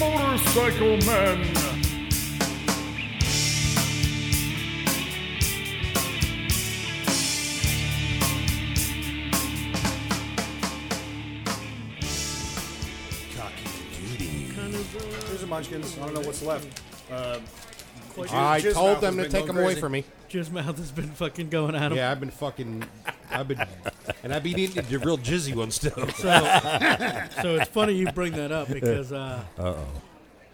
Motorcycle Men. Here's the munchkins. I don't know what's left. Uh, I Jizz told Mouth them has been to take going them away crazy. from me. Jizz mouth has been fucking going at him. Yeah, I've been fucking. I've been, and I've been eating the real jizzy ones too. So, so it's funny you bring that up because. Uh oh.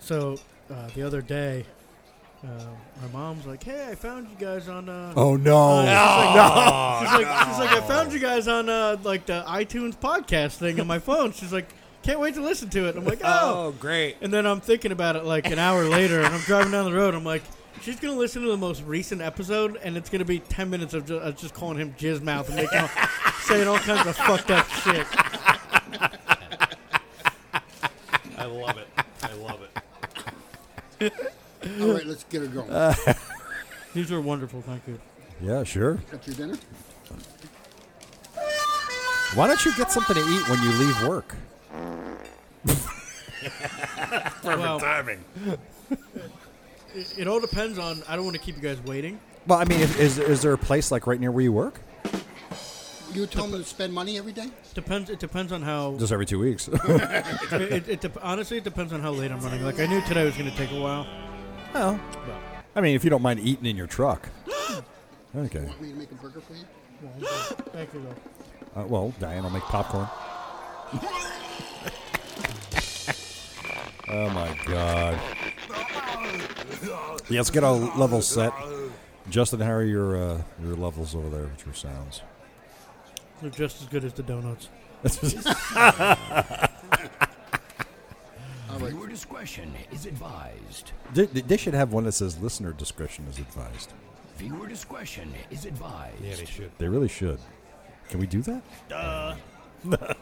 So uh, the other day, uh, my mom's like, "Hey, I found you guys on." Uh, Oh no! She's like, she's like, I found you guys on uh, like the iTunes podcast thing on my phone. She's like, can't wait to listen to it. I'm like, oh. great! And then I'm thinking about it like an hour later, and I'm driving down the road. I'm like, she's gonna listen to the most recent episode, and it's gonna be ten minutes of just, just calling him jizz mouth and making all, saying all kinds of fucked up shit. I love it. I love it. All right, let's get it going. These are wonderful. Thank you. Yeah, sure. Got your dinner? Why don't you get something to eat when you leave work? Well, Timing. it, it all depends on. I don't want to keep you guys waiting. Well, I mean, if, is is there a place like right near where you work? You tell them to spend money every day? Depends. It depends on how. Just every two weeks. it, it, it dep- honestly, it depends on how late I'm running. Like I knew today was gonna take a while. oh. I mean, if you don't mind eating in your truck. Okay. Want me to make a burger for you? Thank you. Though. Uh, well, Diane, I'll make popcorn. oh my god. Yeah, let's get a level set. Justin, how are your uh, your levels over there with your sounds? They're just as good as the donuts. Viewer discretion is advised. They, they should have one that says "Listener discretion is advised." Viewer discretion is advised. Yeah, they should. They really should. Can we do that?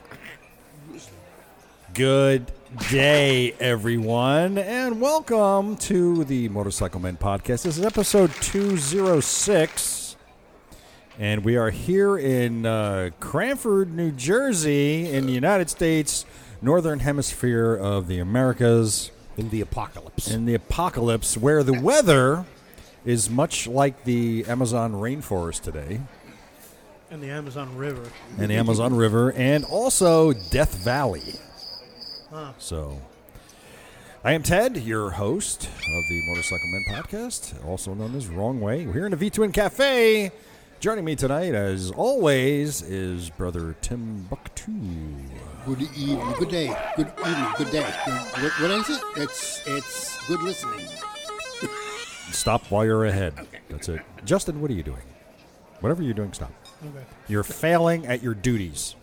Good day, everyone, and welcome to the Motorcycle Men podcast. This is episode 206, and we are here in uh, Cranford, New Jersey, in the United States, northern hemisphere of the Americas, In the apocalypse. in the apocalypse, where the weather is much like the Amazon rainforest today. And the Amazon River. and Amazon River, and also Death Valley. So, I am Ted, your host of the Motorcycle Men podcast, also known as Wrong Way. We're here in the V Twin Cafe. Joining me tonight, as always, is brother Tim Bucktu. Good evening. Good day. Good evening. Good day. What, what is it? It's it's good listening. Stop while you're ahead. That's it. Justin, what are you doing? Whatever you're doing, stop. Okay. You're failing at your duties.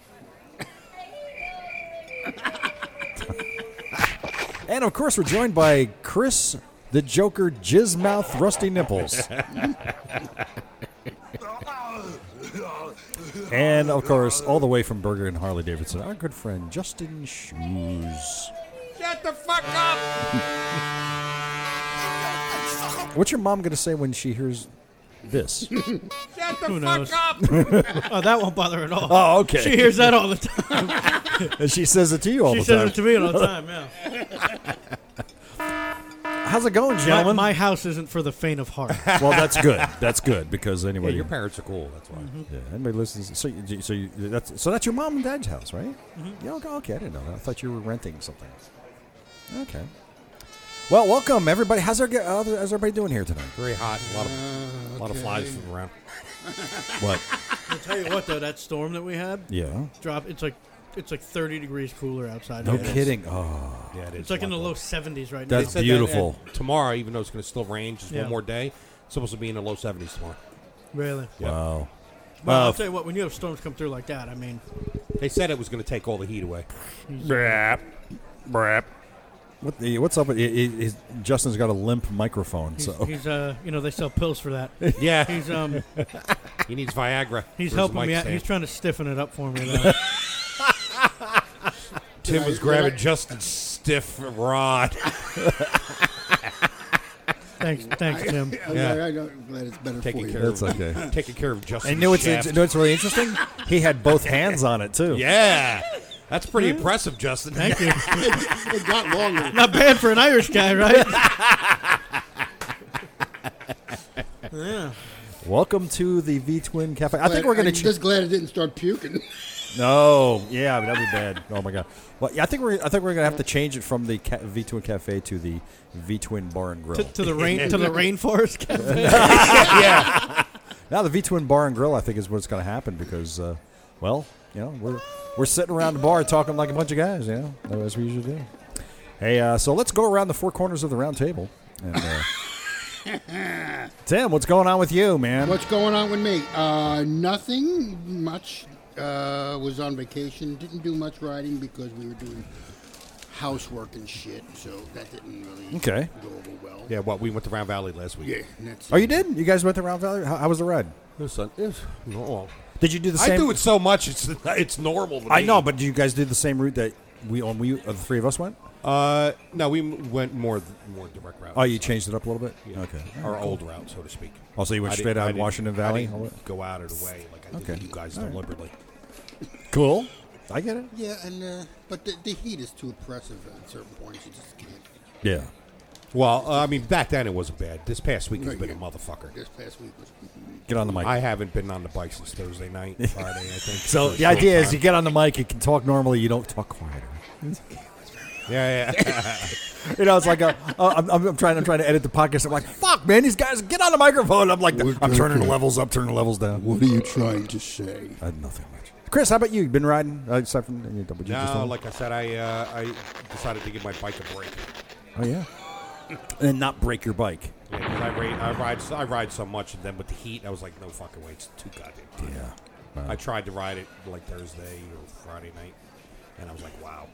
and of course, we're joined by Chris, the Joker, Jizzmouth, Rusty Nipples. and of course, all the way from Burger and Harley Davidson, our good friend Justin Shoes. Shut the fuck up! What's your mom going to say when she hears this? Shut the Who knows? up! Oh, that won't bother at all. oh, She hears that all the time. And she says it to you all she the says time. it to me all the time. Yeah. How's it going, My, gentlemen? my house isn't for the faint of heart. well, that's good. That's good because anyway, Well, your parents are cool. That's why. Yeah, anybody listens. So, you, so you, that's so that's your mom and dad's house, right? Mm-hmm. Yeah. Okay, okay, I didn't know that. I thought you were renting something. Okay. Well, welcome everybody. How's, our, how's everybody doing here tonight? Very hot. A lot of, a lot of flies from around. What? I'll tell you what, though, that storm that we had Yeah. drop. It's like it's like 30 degrees cooler outside. No now. kidding. Oh, Yeah, it is. It's like in the low 70s right That's- now. Said that, uh, Beautiful. tomorrow, even though it's going to still rain, just Yeah. one more day. It's supposed to be in the low 70s tomorrow. Really. Uh, Yeah. wow. Well, Uh, I'll tell you what. When you have storms come through like that, I mean, They said it was going to take all the heat away. What the, what's up with i i is- Justin's got a limp microphone? he's, So he's uh, you know, they sell pills for that. Yeah, He's um, he needs Viagra. for he's his helping mic me out. stand. He's trying to stiffen it up for me. Though. Tim was grabbing Justin's stiff rod. thanks, thanks, Tim. Yeah. I, I, am glad it's better Taking for you. care that's of okay. taking care of Justin's And you know what's, shaft. you know what's really interesting? He had both hands on it too. Yeah, That's pretty impressive, Justin. Thank you. it, it got longer. Not bad for an Irish guy, right? yeah. Welcome to the V Twin Cafe. I think Glad- we're I'm going to. just glad I didn't start puking. No, yeah, that'd be bad. Oh my god. Well, yeah, I think we're I think we're gonna have to change it from the ca- V Twin Cafe to the V Twin Bar and Grill. To, to the rain, to the rainforest cafe. now the V Twin Bar and Grill, I think, is what's gonna happen because, uh, well, you know, we're we're sitting around the bar talking like a bunch of guys, you know, as we usually do. Hey, uh, so let's go around the four corners of the round table. And, uh, Tim, what's going on with you, man? What's going on with me? Uh, nothing much. Uh, was on vacation. Didn't do much riding because we were doing housework and shit, so that didn't really Okay. go over well. Yeah, what we went to Round Valley last week. Yeah. and That's Oh, it. you did? You guys went to Round Valley? How, how was the ride? It was, sun- it was normal. Did you do the same? I do it so much; it's it's normal. To I me. know, but do you guys do the same route that we on we uh, the three of us went? Uh, no, we m- went more more direct route. Oh, you changed it up a little bit. Yeah. Okay. our old route, so to speak. Oh, so you went I didn't- straight out I of didn't- Washington I Valley? didn't go out of the way like I did Okay. with you guys All right. deliberately. Cool. I get it. Yeah, and uh, but the, the heat is too oppressive at certain points. You just can't. Yeah. Well, uh, I mean, back then it wasn't bad. This past week has been a motherfucker. This past week was. Get on the mic. I haven't been on the bike since Thursday night, Friday, I think. so for a the short idea is time. you get on the mic, you can talk normally, you don't talk quieter. yeah, yeah. You know, it's like a, uh, I'm, I'm- I'm trying, I'm trying to edit the podcast. I'm like, fuck, man, these guys get on the microphone. I'm like, I'm turning the levels up, turning the levels down. What are you trying to say? I had nothing much. Chris, how about you? You been riding uh, aside from uh, you- what you just no, told me? like I said, I uh, I decided to give my bike a break. oh yeah, and not break your bike. Yeah, 'cause I ride, I ride, I ride so much, and then with the heat, I was like, no fucking way, it's too goddamn. tight. Yeah, I tried to ride it like Thursday or Friday night, and I was like, wow.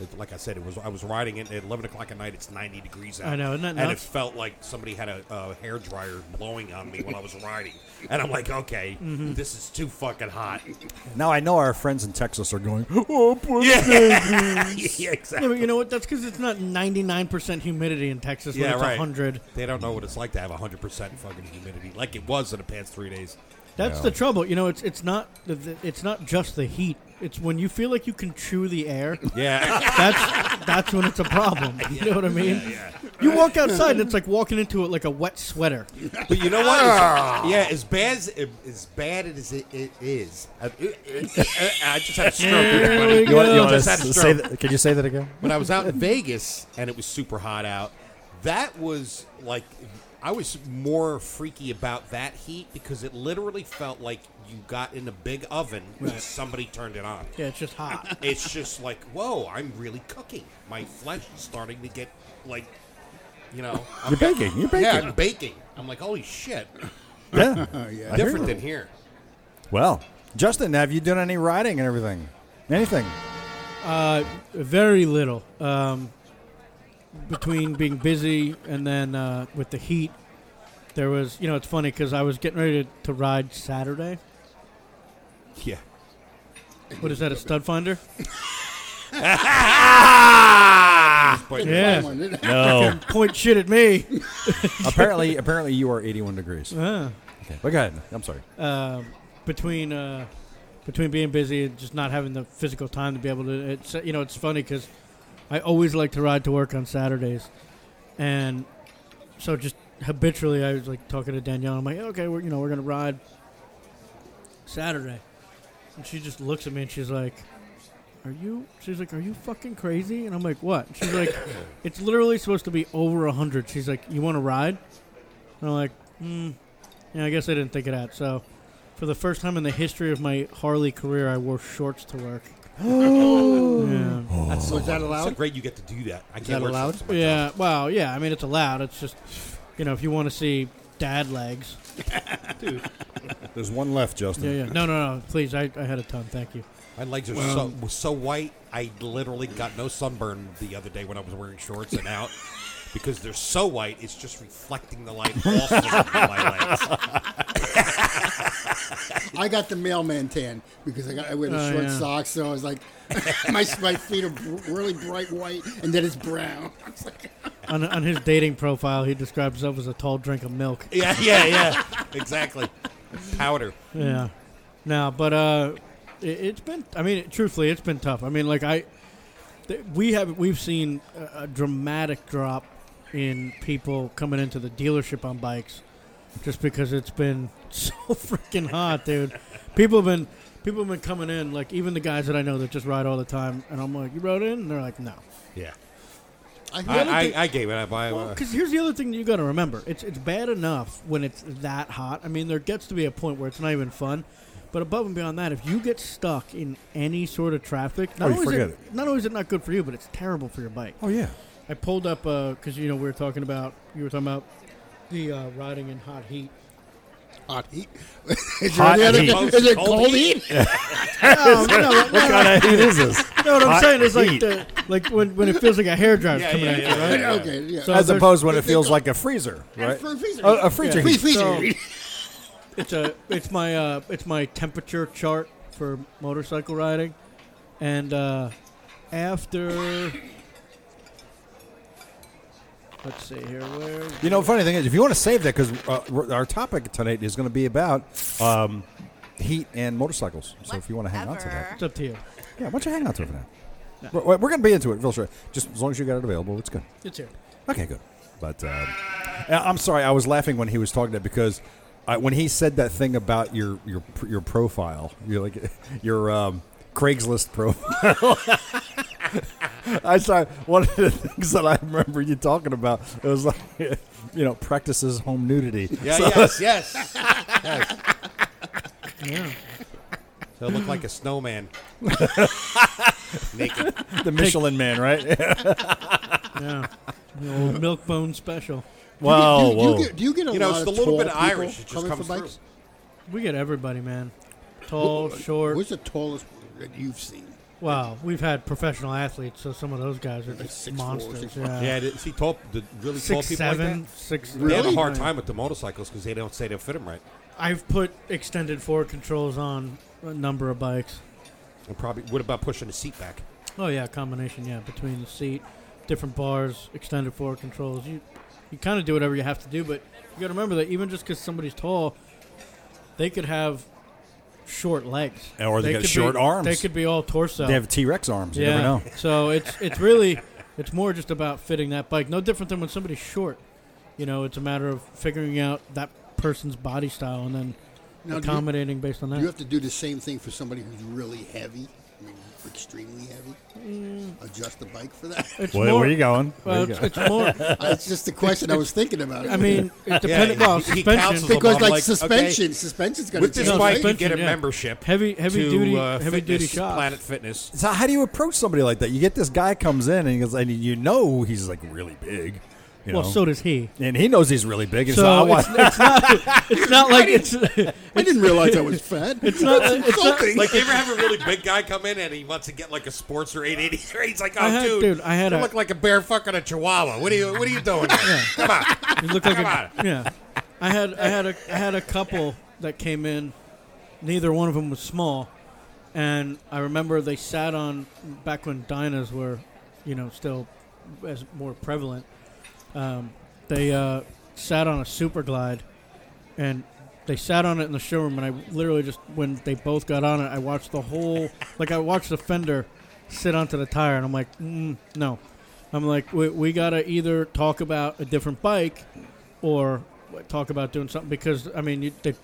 It- like I said, it was I was riding it at eleven o'clock at night. It's ninety degrees out. I know, isn't that and it nuts? felt like somebody had a, a hair dryer blowing on me when I was riding, and I'm like, okay, Mm-hmm. this is too fucking hot. Now I know our friends in Texas are going. yeah, yeah, Yeah, but exactly. you know what? That's because it's not 99% humidity in Texas. when Yeah, it's right. 100. They don't know what it's like to have hundred percent fucking humidity, like it was in the past three days. That's the trouble. You know, it's it's not the- the- it's not just the heat. It's when you feel like you can chew the air. Yeah, That's that's when it's a problem. You know what I mean? You walk outside and it's like walking into it like a wet sweater. but you know what? Ah. It's- yeah, as bad as as bad as it, it is, I, I just had a stroke. everybody. we You want, you go. want to Just had a say stroke. that? Can you say that again? when I was out in Vegas and it was super hot out, that was like I was more freaky about that heat because it literally felt like you got in a big oven and somebody turned it on. Yeah, it's just hot. It's just like, whoa, I'm really cooking. My flesh is starting to get like, you know, I'm, You're baking. You're baking. yeah, I'm baking. I'm like, holy shit, Yeah. I hear different you. than here. Well, Justin, have you done any riding and everything? Anything? Uh, very little. Um, between being busy and then uh, with the heat, there was you know it's funny because I was getting ready to, to ride Saturday. Yeah. What is that? A stud finder? But Yeah. No. Point shit at me. apparently, apparently, you are 81 degrees. Okay. But go ahead. I'm sorry. um, between uh, between being busy and just not having the physical time to be able to. It's you know it's funny because I always like to ride to work on Saturdays, and so just habitually I was like talking to Danielle. I'm like, okay, we're you know we're gonna ride Saturday, and she just looks at me and she's like. Are you? She's like, are you fucking crazy? And I'm like, what? She's like, it's literally supposed to be over a hundred. She's like, you want to ride? And I'm like, hmm. Yeah, I guess I didn't think of that. So, for the first time in the history of my Harley career, I wore shorts to work. yeah. that's Was that allowed? So great you get to do that. I can't that wear allowed? shorts to my job. yeah. Well, yeah. I mean, it's allowed. It's just, you know, if you want to see dad legs. There's one left, Yeah, Justin. yeah. No, no, no. Please, I, I had a ton. Thank you. My legs are so was so white. I literally got no sunburn the other day when I was wearing shorts and out because they're so white. It's just reflecting the light off of my legs. I got the mailman tan because I got I wear the Oh, short yeah. socks, so I was like, my my feet are br- really bright white, and then it's brown. It's like, On, on his dating profile, he describes himself as a tall drink of milk. Yeah, yeah, yeah. Exactly. Powder. Yeah. No, but uh, it, it's been. I mean, truthfully, it's been tough. I mean, like I, th- we have we've seen a, a dramatic drop in people coming into the dealership on bikes, just because it's been so freaking hot, dude. People have been people have been coming in. Like even the guys that I know that just ride all the time, and I'm like, you rode in? And they're like, no. Yeah. I, I, really I, think- I gave it up. I, uh, Well, because here's the other thing you got to remember: it's it's bad enough when it's that hot. I mean, there gets to be a point where it's not even fun. But above and beyond that, if you get stuck in any sort of traffic, not Oh, you only forget is it, not only is it not good for you, but it's terrible for your bike. Oh yeah. I pulled up because you know we were talking about you were talking about the uh, riding in hot heat. hot heat. is, Hot there any heat. other, is it cold, heat? No, no, no, no, What kind of heat is this? no, what I'm Hot saying is like heat. the, like when, when it feels like a hair dryer coming at you. okay, yeah. So- As there's- opposed when it feels like a freezer, right? Oh, for a freezer A, heat. a freezer Free heat. freezer So- heat. it's a it's my uh, it's my temperature chart for motorcycle riding, and uh, after let's see here where You know, funny thing is, if you want to save that, because uh, we're- our topic tonight is going to be about um, heat and motorcycles. So if you want to hang on to that, it's up to you. yeah, why don't you hang on to it for now? We're, we're going to be into it, real sure. Just as long as you got it available, it's good. It's here. Okay, good. But um, I- I'm sorry, I was laughing when he was talking that because I, when he said that thing about your your pr- your profile, your like your um, Craigslist profile. I saw one of the things that I remember you talking about. It was like you know practices home nudity. yeah, So- yes, yes. Yeah, So it looked like a snowman. Naked. the Michelin Man, right? yeah. The old milk bone special. wow, do, you- do, you get, do you get a You know, lot it's the of little tall bit of people Irish. It just coming comes for through. bikes? We get everybody, man. Tall, short. What's the tallest that you've seen? Wow, we've had professional athletes, so some of those guys are Like just six four, monsters. six yeah. Yeah, did- see, tall, the really tall Six, people seven, like that. six- They have a Really? hard time with the motorcycles because they don't say they fit them right. I've put extended forward controls on a number of bikes. And probably, what about pushing the seat back? Oh yeah, combination. Yeah, between the seat, different bars, extended forward controls. You you kind of do whatever you have to do, but you got to remember that even just because somebody's tall, they could have short legs, Or they got could be- short arms. They could be all torso. They have T Rex arms. You yeah. never know. so it's it's really it's more just about fitting that bike. No different than when somebody's short. You know, it's a matter of figuring out that person's body style and then Now, do you- accommodating based on that. Do you have to do the same thing for somebody who's really heavy? I mean, extremely heavy? Adjust the bike for that? it's Where, more. where you going? Where well, you it's, going? it's more. That's just the question I was thinking about. I mean, it depending. he- well, he suspension. counts as a because I'm like, like, okay, suspension, suspension's going to With change. this No, bike, you suspension, get a yeah. membership. Heavy- heavy to, duty- uh, heavy duty Fitness, shops. Planet Fitness. So how do you approach somebody like that? You get this guy comes in and he goes, and you know he's like really big. You well, know? so does he. and he knows he's really big. And so, I So want, it's, it's not. It's not like it's. I didn't realize I was fat. it's not- it's not- insulting. Like, you ever have a really big guy come in and he wants to get like a sports or 880? He's like, oh, I had- dude, dude, I had you a- look like a bear fucking a chihuahua. What are you, what are you doing? here? Come on. You look like Come a, yeah. I had I had a I had a couple that came in. Neither one of them was small, and I remember they sat on back when dinas were, you know, still as more prevalent. Um, they uh, sat on a super glide, and they sat on it in the showroom. And I literally just when they both got on it, I watched the whole like I watched the fender sit onto the tire, and I'm like, mm, no. I'm like, we, we gotta either talk about a different bike or talk about doing something because I mean, you, they,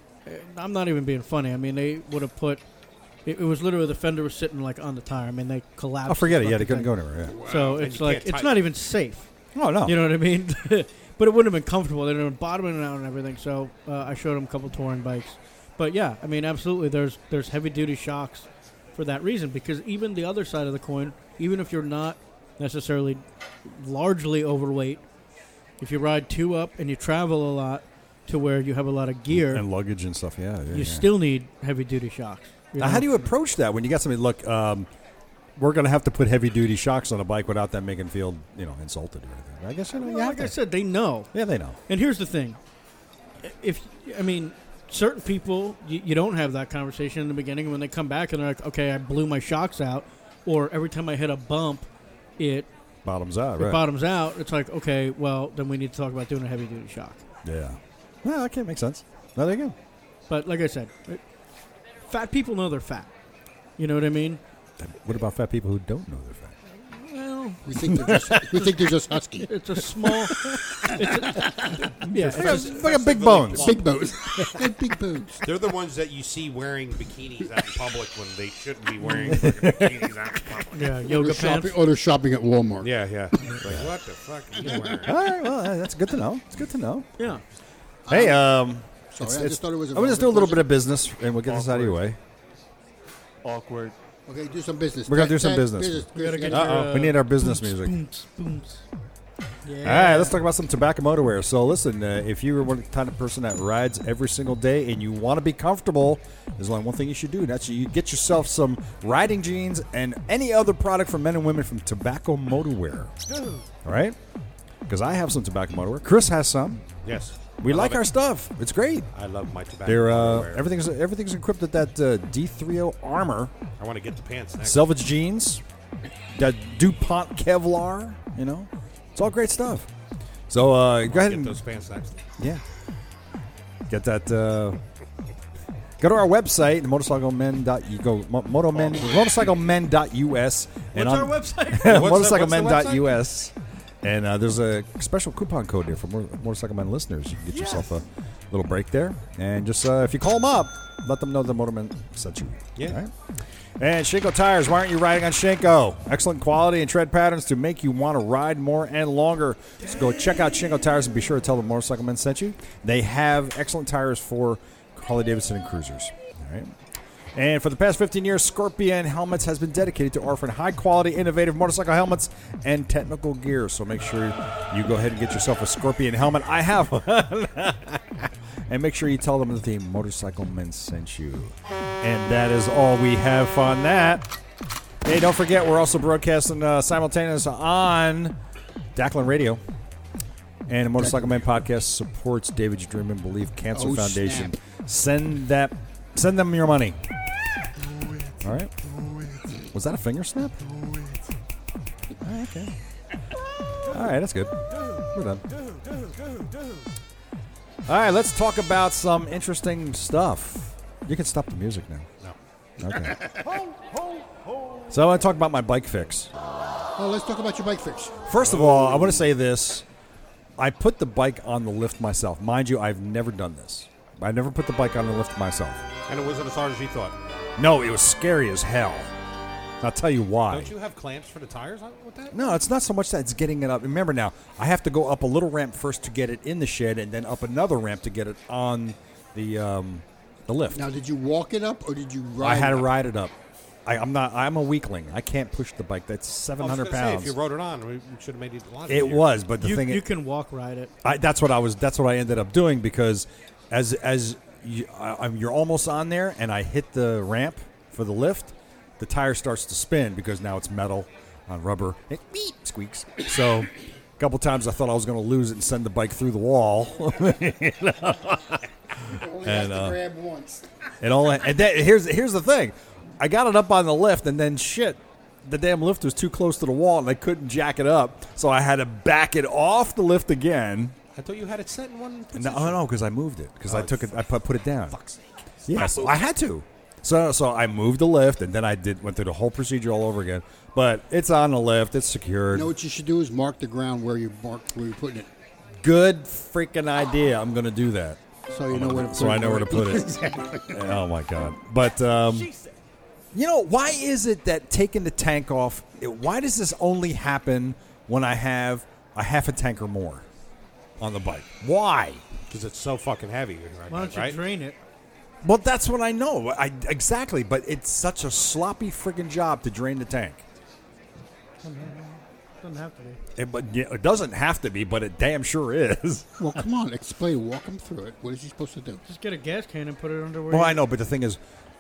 I'm not even being funny. I mean, they would have put it, it was literally the fender was sitting like on the tire. I mean, they collapsed. oh, forget it. the Yeah, they fucking couldn't go anywhere. thing. So And it's you like can't it's type. not even safe. Yeah. Oh no. You know what I mean? but it wouldn't have been comfortable. They'd have been bottoming it out and everything. So uh, I showed them a couple touring bikes. But yeah, I mean, absolutely. There's there's heavy duty shocks for that reason because even the other side of the coin, even if you're not necessarily largely overweight, if you ride two up and you travel a lot to where you have a lot of gear, and luggage and stuff. Yeah. yeah you yeah. still need heavy duty shocks. Now, how do you approach that when you got somebody? Look, um, we're going to have to put heavy duty shocks on a bike without them making feel you know insulted or anything. I guess you know. you Well, have like I to. said, they know. yeah, they know. And here's the thing: if I mean, certain people, you, you don't have that conversation in the beginning. When they come back and they're like, "Okay, I blew my shocks out," or every time I hit a bump, it, Bottoms out. it Right. bottoms out. It's like, okay, well, then we need to talk about doing a heavy duty shock. yeah. Well, okay, makes sense. No, there you go. But like I said, it, fat people know they're fat. You know what I mean? What about fat people who don't know they're fat? Well, We think they're just, we think they're just husky. it's a small. it's a, yeah, it's Like a- a, like a big bones. Big bones. They're big bones. They're the ones that you see wearing bikinis out in public when they shouldn't be wearing fucking bikinis out in public. yeah, They're yoga pants. shopping, or they're shopping at Walmart. Yeah, yeah. Like, what the fuck are you wearing? All right, well, uh, that's good to know. It's good to know. Yeah. Hey, um, Sorry, it's- I it's- just thought it was. I'm gonna just do a little bit of business, and we'll get this out of your way. Awkward. Okay, do some business. We're gonna Ted- do some Ted, business. We gotta get Chris, your, we uh, need our business music. Booms, booms. All right, let's talk about some tobacco motorwear. So, listen, uh, if you are one of the kind of person that rides every single day and you want to be comfortable, there's only one thing you should do, and that's you get yourself some riding jeans and any other product for men and women from Tobacco Motorwear. All right? Because I have some tobacco motorwear. Chris has some. Yes. We I like love our it. stuff. It's great. I love my tobacco. They're, uh, underwear. everything's everything's equipped with that uh, D3O armor, I want to get the pants next. selvage jeans, that DuPont Kevlar. You know, it's all great stuff. So uh, go ahead get and those pants next. yeah. Get that. Uh, go to our website, the motorcyclemen. You go mo- motomen, motorcyclemen.us. And What's on- our website? What's the- what's the motorcyclemen.us. And uh, there's a special coupon code there for Mor- Motorcycle Men listeners. You can get yourself a little break there. And just uh, if you call them up, let them know the Motorman sent you. Yeah. All right? And Shinko tires. Why aren't you riding on Shinko? Excellent quality and tread patterns to make you want to ride more and longer. So go check out Shinko tires and be sure to tell the Motorcycle Men sent you. They have excellent tires for Harley Davidson and cruisers. All right. And for the past 15 years, Scorpion Helmets has been dedicated to offering high quality, innovative motorcycle helmets and technical gear. So make sure you go ahead and get yourself a Scorpion helmet. I have one. and make sure you tell them that the Motorcycle Men sent you. And that is all we have on that. Hey, don't forget, we're also broadcasting uh, simultaneous on Dacklin Radio. And the Motorcycle Men podcast supports David's Dream and Believe Cancer Oh, Foundation. snap. Send that, send them your money. All right. Was that a finger snap? All right, okay. All right, that's good. We're done. All right, let's talk about some interesting stuff. You can stop the music now. No. Okay. so I want to talk about my bike fix. Oh, let's talk about your bike fix. First of all, I want to say this. I put the bike on the lift myself. Mind you, I've never done this. I never put the bike on the lift myself. And it wasn't as hard as you thought. No, it was scary as hell. And I'll tell you why. Don't you have clamps for the tires on with that? No, it's not so much that it's getting it up. Remember now, I have to go up a little ramp first to get it in the shed, and then up another ramp to get it on the um, the lift. Now, did you walk it up or did you ride? I had it to up? ride it up. I, I'm not. I'm a weakling. I can't push the bike. That's I 700 was gonna pounds. Say, if you wrote it on, we should have made it a lot. it easier. was, but the you, thing you is, can walk ride it. I, that's what I was. That's what I ended up doing because as as you, I, I'm, you're almost on there, and I hit the ramp for the lift, the tire starts to spin because now it's metal on rubber. It beep squeaks. So. A couple times I thought I was going to lose it and send the bike through the wall. Only has and, to uh, grab once. and all that. And that, here's here's the thing, I got it up on the lift, and then shit, the damn lift was too close to the wall, and I couldn't jack it up, so I had to back it off the lift again. I thought you had it set in one. Position. No, oh, no, because I moved it. Because I took it, I put, put it down. Fuck's sake. Yeah, so I had to. So, so I moved the lift, and then I did went through the whole procedure all over again. But it's on the lift. It's secured. You know what you should do is mark the ground where you marked where you're putting it, Good freaking idea. I'm gonna do that. so you know where to put So it. I know where to put it. Oh my god! But um, you know, why is it that taking the tank off? it- Why does this only happen when I have a half a tank or more on the bike? Why? Because it's so fucking heavy. Right? Why don't you right? drain it? Well, that's what I know. I exactly, but it's such a sloppy freaking job to drain the tank. Doesn't have to be. It, but yeah, it doesn't have to be, but it damn sure is. Well, come on, explain. Walk him through it. What is he supposed to do? Just get a gas can and put it under where. well, you- I know, but the thing is,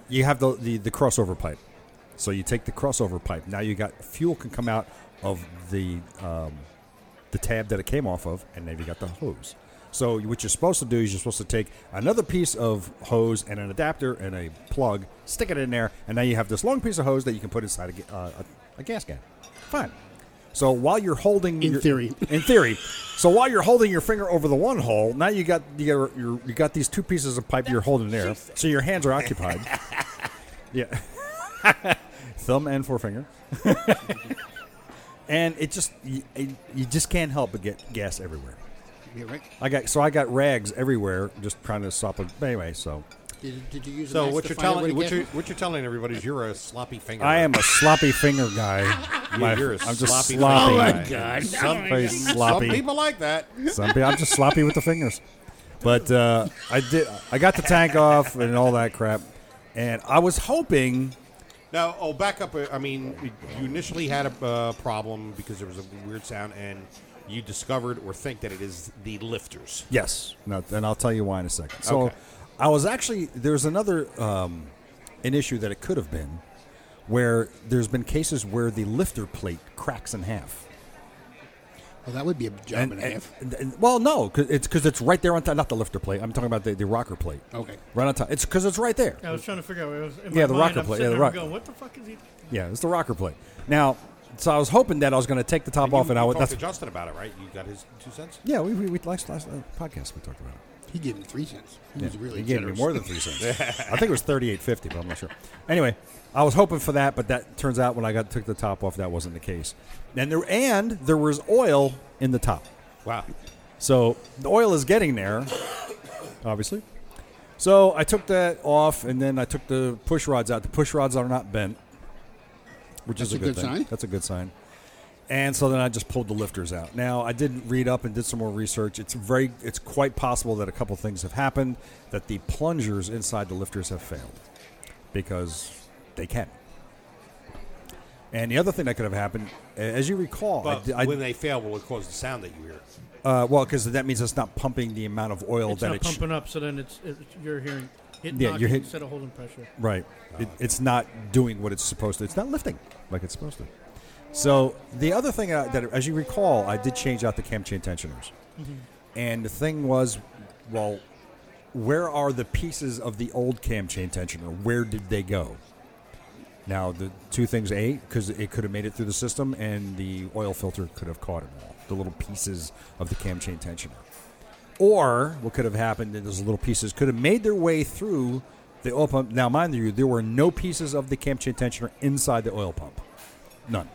you have the, the the crossover pipe. So you take the crossover pipe. Now you got fuel can come out of the um, the tab that it came off of, and then you got the hose. So you- what you're supposed to do is you're supposed to take another piece of hose and an adapter and a plug, stick it in there, and now you have this long piece of hose that you can put inside a, ga- uh, a, a gas can. Fine. So while you're holding, In your- theory. in theory, so while you're holding your finger over the one hole, now you got your, your you got these two pieces of pipe you're holding there, so your hands are occupied. yeah. thumb and forefinger. and it just you, it, you just can't help but get gas everywhere. Yeah, right. I got so I got rags everywhere just trying to stop it. But anyway, so Did, did you use? a So match what to you're find out where telling the what gas you're, was? what you're telling everybody is you're a sloppy finger. I am a sloppy finger guy. My- you're a I'm just sloppy sloppy. finger. Oh guy. my God! Some, Very sloppy. some people like that. Some people, I'm just sloppy with the fingers. But uh, I did. I got the tank off and all that crap, and I was hoping. Now, oh, back up. uh, I mean, you initially had a uh, problem because there was a weird sound, and you discovered or think that it is the lifters. Yes. No, and I'll tell you why in a second. So, Okay. I was actually there's another um, an issue that it could have been, where there's been cases where the lifter plate cracks in half. Well, Oh, that would be a job and, a half. and- and- well, no, 'cause it's because it's right there on top. Not the lifter plate. I'm talking about the, the rocker plate. Okay. Right on top. It's because it's right there. I was trying to figure out. Where it was, in Yeah, my the mind, rocker I'm play- sitting yeah, the there rock- Going, what the fuck is he? Yeah, it's the rocker plate. Now, so I was hoping that I was going to take the top off, you, and I you would. talked That's, to Justin about it, right? You got his two cents. yeah, we, we, we last last uh, podcast we talked about it. He gave him three cents. He was really he gave me generous. more than three cents. I think it was thirty-eight fifty, but I'm not sure. Anyway, I was hoping for that, but that turns out when I got took the top off, that wasn't the case. And there and there was oil in the top, Wow. so the oil is getting there, obviously. So I took that off, and then I took the push rods out. The push rods are not bent, which is That's a good, thing. sign. That's a good sign. And so then I just pulled the lifters out. Now I did read up and did some more research. It's very, it's quite possible that a couple things have happened that the plungers inside the lifters have failed because they can. And the other thing that could have happened, a- as you recall, I But di- I, when they fail, will it cause the sound that you hear? uh, well, because that means it's not pumping the amount of oil It's that not it should. pumping up, so then it's, it's you're hearing hit Yeah, knocking you're hit- instead of holding pressure. Right. It, it's not doing what it's supposed to. It's not lifting like it's supposed to. So the other thing uh, that, as you recall, I did change out the cam chain tensioners, and the thing was, well, where are the pieces of the old cam chain tensioner? Where did they go? Now the two things: a, because it could have made it through the system, and the oil filter could have caught it all. The little pieces of the cam chain tensioner. Or what could have happened is those little pieces could have made their way through the oil pump. Now, mind you, there were no pieces of the cam chain tensioner inside the oil pump. None.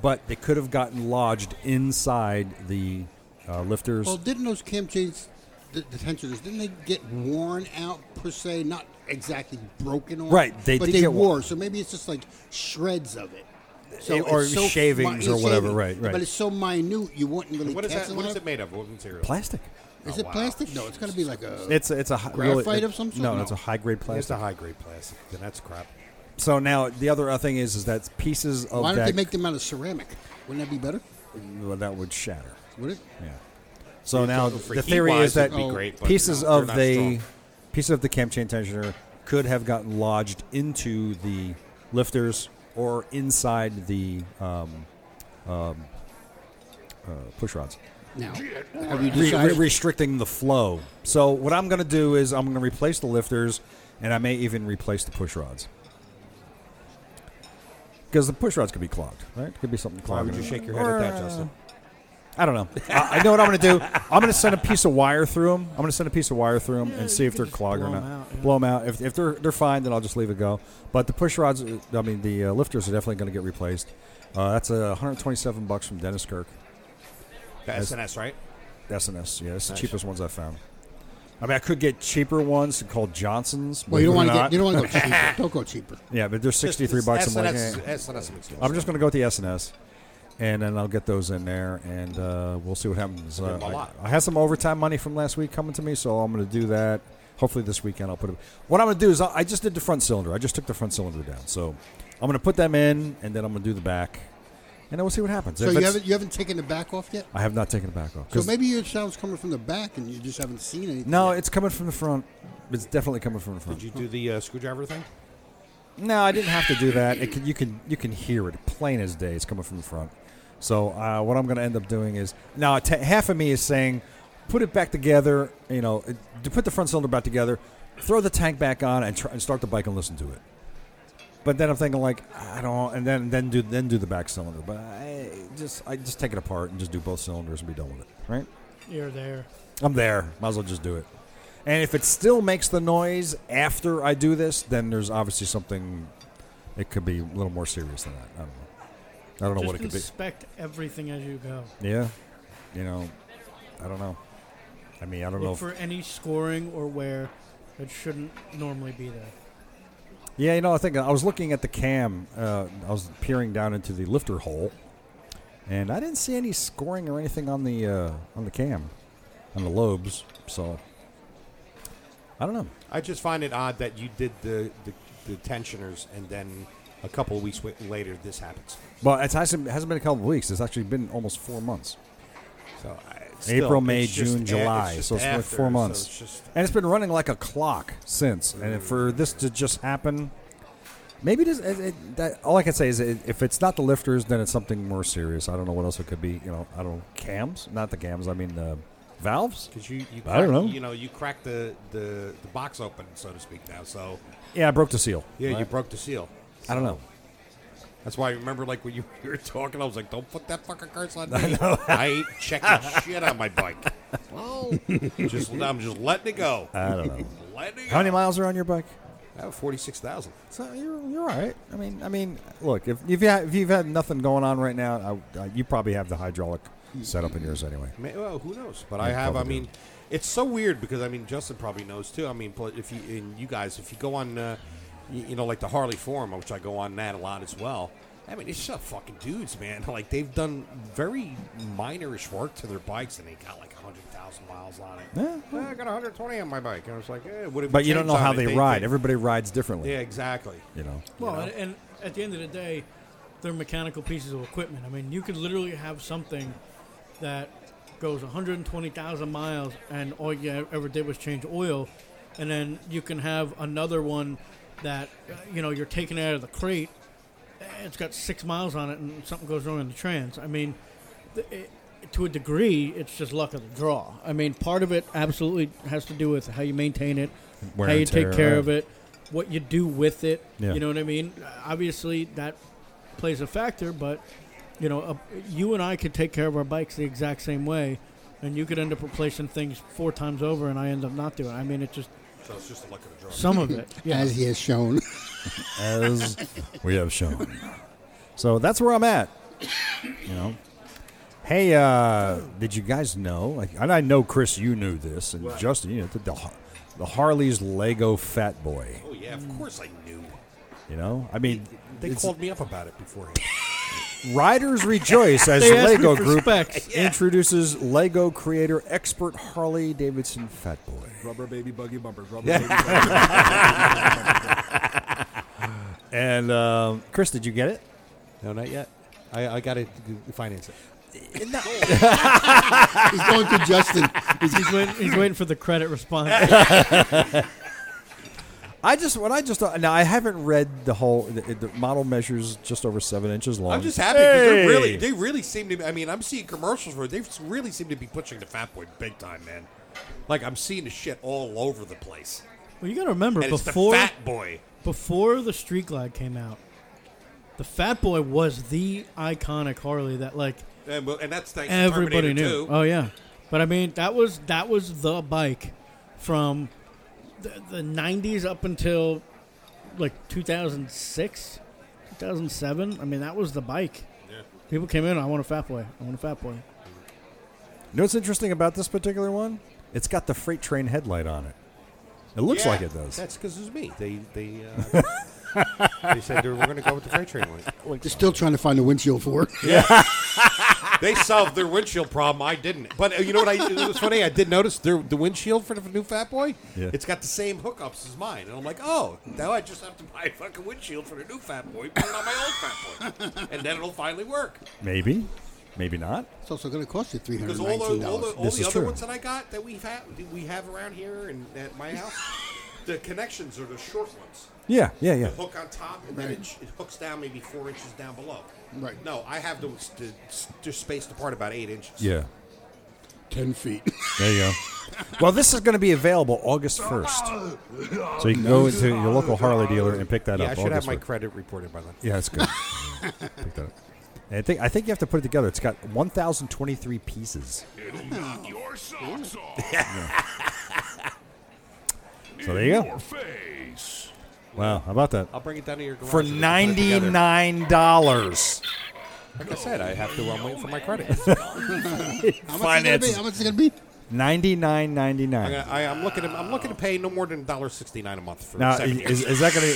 But they could have gotten lodged inside the uh, lifters. Well, didn't those cam chains, the, the tensioners, didn't they get worn out per se? Not exactly broken off. Right, they but did they get wore. wor- So maybe it's just like shreds of it. So It- or it's so shavings or whatever, right, right. But it's so minute, you wouldn't really What is catch that? What on is it made of? What material? plastic. Is it plastic? No, it's got to be like a. Oh, It's it's a hi- Graphite of some sort? No, No. it's a high grade It's plastic. a high grade plastic. Then that's crap. So now the other uh, thing is is that pieces of why don't that they make them out of ceramic? Wouldn't that be better? well, that would shatter. Would it? Yeah. So now for the theory heat-wise, is that it'd be great, but pieces they're not of the strong. pieces of the cam chain tensioner could have gotten lodged into the lifters or inside the um, um, uh, push rods, Now, have re- re- you decided? restricting the flow. So what I'm going to do is I'm going to replace the lifters, and I may even replace the push rods. Because the push rods could be clogged, right? Could be something Why clogged. would you shake your head at that, Justin? uh, I don't know. I, I know what I'm going to do. I'm going to send a piece of wire through them. I'm going to send a piece of wire through them Yeah, and see you if could they're just clogged or blow not. 'em out, yeah. Blow them out. If, if they're they're fine, then I'll just leave it go. But the push rods, uh, I mean the uh, lifters, are definitely going to get replaced. Uh, that's uh, 127 bucks from Dennis Kirk. The That's- SNS, right? S&S. Yeah, it's the cheapest ones I found. I mean, I could get cheaper ones called Johnsons. well, you don't believe want it to or get. You not. don't want to go cheaper. don't go cheaper. Yeah, but they're 63 Just- bucks. I'm like, SNS, eh. SNS makes no I'm just sense. going to go with the S and S, and then I'll get those in there, and uh, we'll see what happens. Uh, them a lot. I, I had some overtime money from last week coming to me, so I'm going to do that. Hopefully this weekend I'll put it. What I'm going to do is I, I just did the front cylinder. I just took the front cylinder down, so I'm going to put them in, and then I'm going to do the back, and then we'll see what happens. So If you it's- haven't you haven't taken the back off yet. I have not taken it back off. So 'cause- maybe your sound's coming from the back, and you just haven't seen anything. no, yet. it's coming from the front. It's definitely coming from the front. Did you do the uh, screwdriver thing? No, I didn't have to do that. It can, you can you can hear it plain as day. It's coming from the front. So uh, what I'm going to end up doing is now t- half of me is saying, put it back together. You know, it- to put the front cylinder back together, throw the tank back on, and, try, and start the bike and listen to it. But then I'm thinking like I don't, and then then do then do the back cylinder. But I just I just take it apart and just do both cylinders and be done with it. Right? You're there. I'm there. Might as well just do it. And if it still makes the noise after I do this, then there's obviously something It could be a little more serious than that. I don't know. I don't know what it could Just be. inspect everything as you go. Yeah, you know, I don't know. I mean, I don't know. Look If, for any scoring or where that shouldn't normally be there. yeah, you know, I think I was looking at the cam. Uh, I was peering down into the lifter hole, and I didn't see any scoring or anything on the uh, on the cam, on the lobes. So I don't know. I just find it odd that you did the, the, the tensioners and then a couple of weeks w- later this happens. Well, it hasn't, it hasn't been a couple of weeks. It's actually been almost four months. So I, April, still, May, it's just June, a- July. it's just so it's like after, four months. So it's just, and it's been running like a clock since. And for this to just happen, maybe it is. It, it, that, all I can say is it, if it's not the lifters, then it's something more serious. I don't know what else it could be. You know, I don't know. Cams? Not the cams. I mean, uh, valves? Because you, you I don't know. You know, you cracked the, the, the box open, so to speak, now. So, Yeah, I broke the seal. yeah, you Right? broke the seal. I don't know. That's why I remember, like, when you you were talking, I was like, don't put that fucking curse on me. I, ain't checking shit on my bike. Well, just, I'm just letting it go. I don't know. letting it How many go. miles are on your bike? I have 46,000. So you're, you're all right. I mean, I mean, look, if, if, you ha- if you've had nothing going on right now, I, I, you probably have the hydraulic set up in yours anyway. May, well, who knows? But I I have. I probably mean, it's so weird because I mean, Justin probably knows too. I mean, pl- if you and you guys, if you go on, uh, you, you know, like the Harley forum, which I go on that a lot as well. I mean, it's just fucking dudes, man. Like they've done very minorish work to their bikes, and they got like hundred thousand miles on it. Yeah. "Well, I got 120 on my bike, and I was like, eh, what have But you don't changed know on how it?" they, ride. think- Everybody rides differently. yeah, exactly. You know. Well, and, and at the end of the day, they're mechanical pieces of equipment. I mean, you could literally have something that goes 120,000 miles and all you ever did was change oil, and then you can have another one that, uh, you know, you're taking it out of the crate, eh, it's got six miles on it, and something goes wrong in the trans. I mean, th- it, to a degree, it's just luck of the draw. I mean, part of it absolutely has to do with how you maintain it, Wear how and you tear, take care right. of it, what you do with it. Yeah. You know what I mean? Obviously, that plays a factor, but you know, uh, you and I could take care of our bikes the exact same way, and you could end up replacing things four times over, and I end up not doing. it. I mean, it's just So it's just the luck of the draw. some of it. Yeah. As he has shown. as we have shown. So that's where I'm at. You know. Hey, uh, did you guys know? Like, and I know Chris, you knew this, and Justin, you know the, the Har- the Harley's Lego Fat Boy. Oh yeah, of course I knew. You know, I mean, They Mm. it's- called me up about it beforehand. riders rejoice as They ask Lego me for Group specs. introduces Lego creator expert Harley Davidson Fat Boy. Rubber baby buggy bumpers. Rubber baby buggy bumpers. And um, Chris, did you get it? No, not yet. I, I got to finance it. He's going to Justin. He's He's waiting, he's waiting for the credit response. I just what I just uh, now I haven't read the whole the, the model measures just over seven inches long. I'm just happy because Hey! they really they really seem to. Be, I mean, I'm seeing commercials where they really seem to be pushing the Fat Boy big time, man. Like I'm seeing the shit all over the place, well, you got to remember and it's before the Fat Boy. before the Street Glide came out, the Fat Boy was the iconic Harley that like And, well, and that's thanks to everybody Terminator knew. 2. Oh yeah, but I mean that was that was the bike from the, the '90s up until like 2006, 2007. I mean that was the bike. People came in. I want a Fat Boy. I want a Fat Boy. You know what's interesting about this particular one? It's got the freight train headlight on it. It looks Yeah, like it does. That's because it was me. They they uh, they said they were going to go with the freight train one. still trying to find a windshield for it. They solved their windshield problem. I didn't. But uh, you know what? I it was funny. I did notice their, the windshield for the new Fat Boy. Yeah. It's got the same hookups as mine, and I'm like, oh, now I just have to buy a fucking windshield for the new Fat Boy, put it on my old Fat Boy, and then it'll finally work. Maybe, maybe not. It's also going to cost you three hundred Because all nineteen the all the, dollars. all This the is other true. ones that I got that we've had we have around here and at my house, the connections are the short ones. Yeah, yeah, yeah. The hook on top, and then it, sh- it hooks down maybe four inches down below. Right. No, I have those the, just spaced apart about eight inches. Yeah, Ten feet. there you go. well, this is going to be available August first, so you can go into your local Harley dealer and pick that Yeah, up. I should have August my 1st. credit reported by then. yeah, that's good. pick that up. And I think I think you have to put it together. It's got 1,023 pieces. It'll knock your socks off. So there you go. Your face. Wow, how about that? I'll bring it down to your garage. For and we can put it together. ninety-nine dollars. Like I said, I have to. I'm waiting for my credit. How much is it gonna be? Finances. How much is it gonna be? Ninety-nine ninety-nine. I, I, I'm looking. To, I'm looking to pay no more than $1.69 a month for Now, seven years. is, is that going to?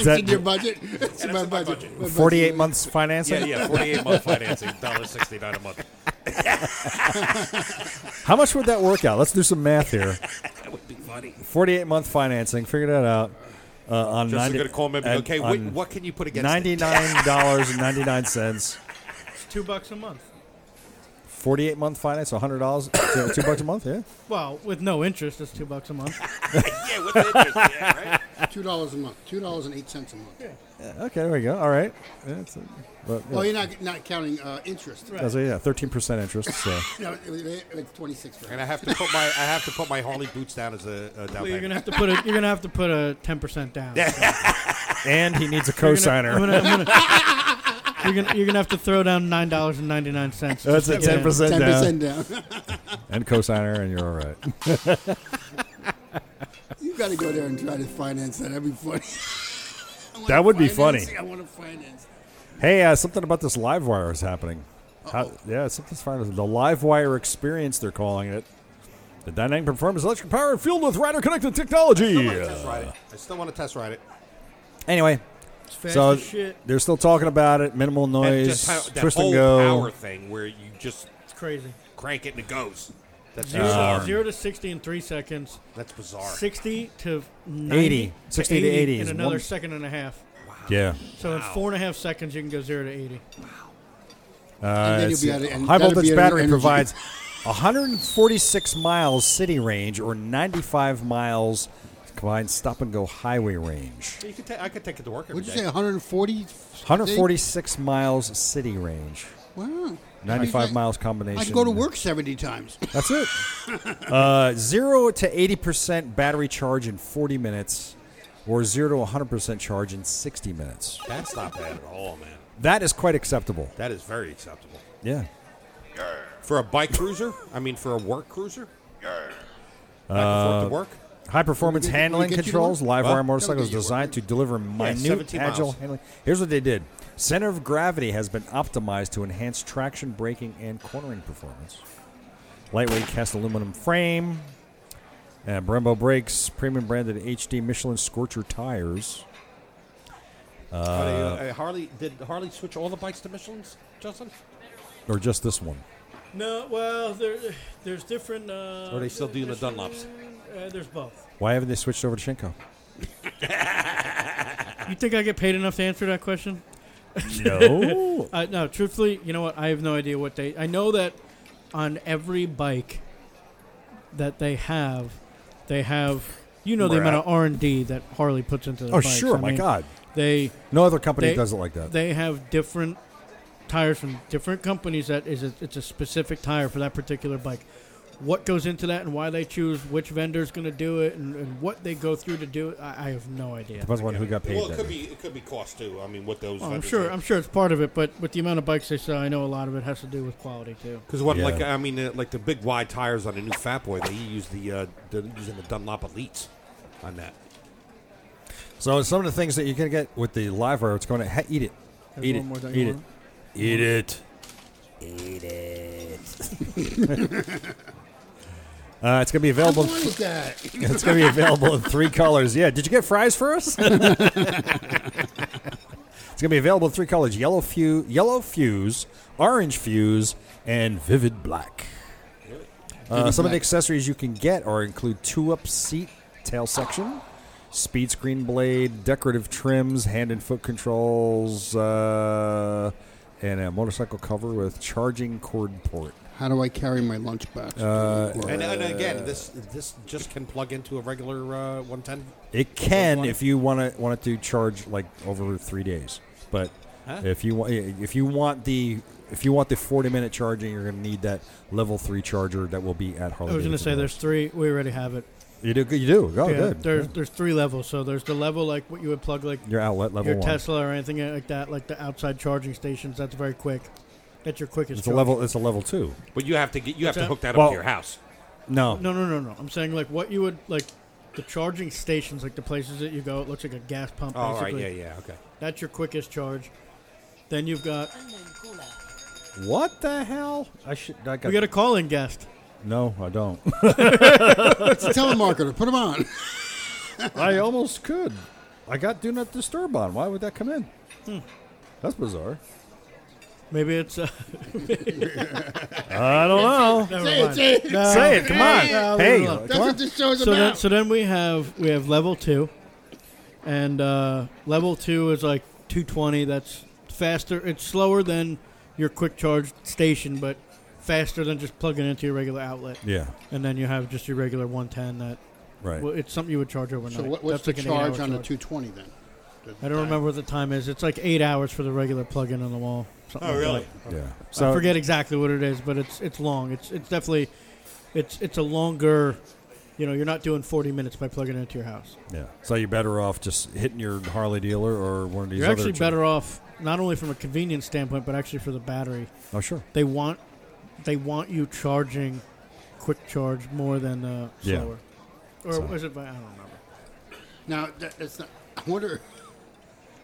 Is In your that budget? It's in my my budget. budget. My budget. forty-eight months financing? yeah, yeah, 48 month financing, $1.69 a month. How much would that work out? Let's do some math here. That would be funny. Forty-eight month financing. Figure that out. Uh, on Just 90 going to call me and be and like, okay, on wait, what can you put against it? ninety-nine dollars and ninety-nine cents. It's two bucks a month. Forty-eight month finance, hundred dollars, two bucks a month. Yeah. Well, with no interest, it's two bucks a month. Yeah, with the interest, yeah, right? Two dollars a month. Two dollars and eight cents a month. Okay, there we go. All right. That's it. But, yeah. Well, you're not not counting uh, interest. Right. That's it, yeah, thirteen percent interest. So No, it- it- it's twenty six for And I have to put my I have to put my Harley boots down as a, a down Well, you're payment. gonna have to put a you're gonna have to put a ten percent down. Yeah, and he needs a you're gonna, cosigner. I'm gonna- I'm gonna- you're gonna you're gonna have to throw down nine dollars and ninety nine cents. That's a ten percent Ten down percent down. and cosigner, and you're all right. you got to go there and try to finance that. That'd be funny. I wanna That would be finance funny. it. I want to finance. Hey, uh, something about this live wire is happening. How, yeah, something's fine with the live wire experience. They're calling it the dynamic performance electric power fueled with rider connected technology. Test ride it. I still want to test ride it. Anyway, It's fast so as shit. they're still talking about it. Minimal And noise, just how, that twist whole and go. power thing where you just It's crazy. crank it and it goes. That's Um, Zero, bizarre. zero to sixty in three seconds. That's bizarre. Sixty to 90 80. 60 to 80 is in another one- second and a half. Yeah, So in four and a half seconds, you can go zero to eighty. Uh, then you'll it's- be out of en- high that'll be voltage out of battery energy. provides 146 miles city range or 95 miles combined stop and go highway range. you could ta- I could take it to work every Would day. you say 140? 146 miles city range, Wow. 95 I- miles combination. I go to work 70 times. That's it. uh, zero to 80% battery charge in 40 minutes, or zero to 100% charge in 60 minutes. That's not bad at all, man. That is quite acceptable. That is very acceptable Yeah. for a bike cruiser. I mean, for a work cruiser. Back and forth to work. High performance Can we get- handling can we get you to controls, work? live wire Huh? motorcycles Can we get you to designed to deliver minute 17 agile miles. handling. Here's what they did center of gravity has been optimized to enhance traction, braking, and cornering performance. Lightweight cast aluminum frame, and Brembo brakes, premium branded HD Michelin Scorcher tires. Are they, uh, Harley did Harley switch all the bikes to Michelin's, Justin? Or just this one. No, well, there, there's different. Uh, Or are they still doing the Dunlops? Uh, there's both. Why haven't they switched over to Shinko? You think I get paid enough to answer that question? No. Uh, no, truthfully, you know what? I have no idea what they. I know that on every bike that they have, they have. You know the amount of R and D that Harley puts into their oh, bikes. sure. I my mean, God. They No other company they- does it like that. they have different tires from different companies. That is, a, it's a specific tire for that particular bike. What goes into that and why they choose which vendor's going to do it and, and what they go through to do it, I, I have no idea. Depends on who got paid. Well, that it could day. be it could be cost too. I mean, what those. Well, Oh, I'm sure. I'm sure it's part of it, but with the amount of bikes they sell, I know a lot of it has to do with quality too. Because what, Yeah. like, I mean, uh, like the big wide tires on the new Fat Boy, they use the uh, they're using the Dunlop Elites on that. So some of the things that you can get with the live wire, it's going to ha- eat it, There's eat one more it, thing eat you it, want? eat it. Uh, it's going to be How available. fun is that? It's going to be available in three colors. Yeah. Did you get fries for us? it's going to be available in three colors: yellow fuse, yellow fuse, orange fuse, and vivid black. Uh, some of the accessories you can get are include two-up seat tail section, speed screen blade, decorative trims, hand and foot controls, uh, and a motorcycle cover with charging cord port. How do I carry my lunchbox? Uh, to work? And, and again, this this just can plug into a regular uh, 110. It can if you want to want it to charge like over three days, but Huh? if you want if you want the if you want the forty minute charging, you're going to need that level three charger that will be at Harley. I was going to say there's three. We already have it. you do you do oh yeah, good There's there's three levels. So there's the level like what you would plug like your outlet level your one. Tesla or anything like that, like the outside charging stations. That's very quick. That's your quickest. It's a charge. level. It's a level two. But you have to get you have to that? hook that up Well- to your house. No, No, no, no, no. I'm saying like what you would like the charging stations, like the places that you go, it looks like a gas pump. Oh, All right, basically. yeah, yeah, okay. That's your quickest charge. Then you've got What the hell? I should. I got. we got a call-in guest. no, I don't. It's a telemarketer. Put him on. I almost could. I got do not disturb on. Why would that come in? Hmm. That's bizarre. Maybe it's uh, I don't know. never Say it, mind. say it. Say it. Come on. No, we hey, don't know. come That's on. what this show's So then, about. so then we have we have level two, and uh, level two is like 220. That's faster. It's slower than your quick charge station, but faster than just plugging into your regular outlet. Yeah. And then you have just your regular 110. That Right. well, it's something you would charge overnight. So what, That's what's the like an charge eight-hour on the charge. 220 then? I don't remember what the time is. It's like eight hours for the regular plug-in on the wall. something like that. Yeah. So I forget exactly what it is, but it's it's long. It's it's definitely it's it's a longer. You know, you're not doing 40 minutes by plugging it into your house. Yeah. So you're better off just hitting your Harley dealer or one of these. You're other actually ch- better off not only from a convenience standpoint, but actually for the battery. Oh sure. They want they want you charging quick charge more than uh, Yeah. slower. Or So- was it? by- I don't remember. Now, that, that's not. I wonder.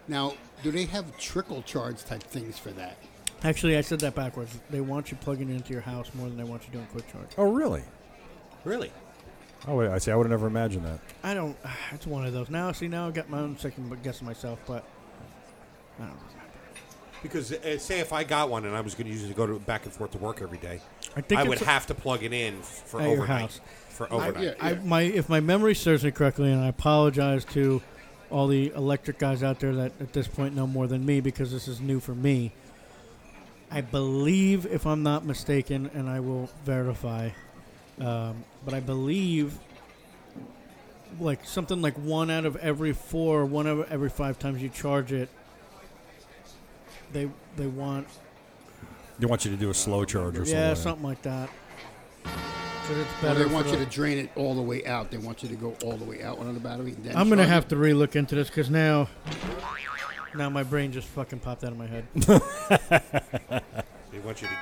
Now, do they have trickle charge type things for that? Actually, I said that backwards. They want you plugging it into your house more than they want you doing quick charge. Oh really? Really? Oh wait. I see. I would have never imagined that. I don't. It's one of those. Now, see, now I got my own second guessing myself, but I don't. Remember. Because uh, say if I got one and I was going to use it to go to, back and forth to work every day, I think I it's would a- have to plug it in for At your overnight. house. For overnight. yeah. I, my if my memory serves me correctly, and I apologize to all the electric guys out there that at this point know more than me because this is new for me. I believe, if I'm not mistaken, and I will verify, um, but I believe like something like one out of every four, one out of every five times you charge it, they they want They want you to do a slow charge or yeah something. something like that. 'Cause it's Or better they for want you the- to drain it all the way out. They want you to go all the way out on the battery. and Then I'm gonna charge have it. to relook into this because now, now my brain just fucking popped out of my head. They want you to.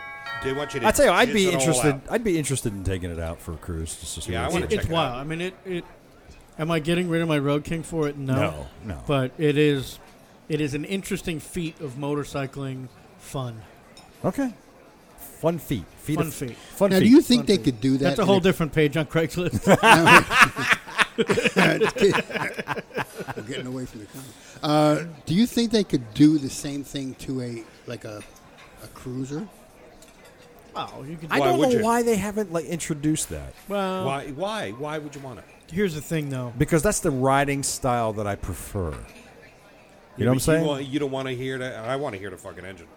They want you to. I tell you, I'd jizz be it all interested. out. I'd be interested in taking it out for a cruise just to see. Yeah, what I wanna it's check it's like. it out. wild. I mean, it, it. Am I getting rid of my Road King for it? No. No, no. But it is, it is an interesting feat of motorcycling fun. Okay. Fun feet. Feet. Fun of, feet. Fun Now, feet. do you think they Something. could do that? That's a in whole different page on Craigslist. We're getting away from the comic. Uh, do you think they could do the same thing to a like a a cruiser? wow, you could. I Why don't would know you? why they haven't like introduced that well, Why? Why? Why would you want it? here's the thing though. because that's the riding style that I prefer. You know what I'm You, saying? want- you don't want to hear that. I want to hear the fucking engine.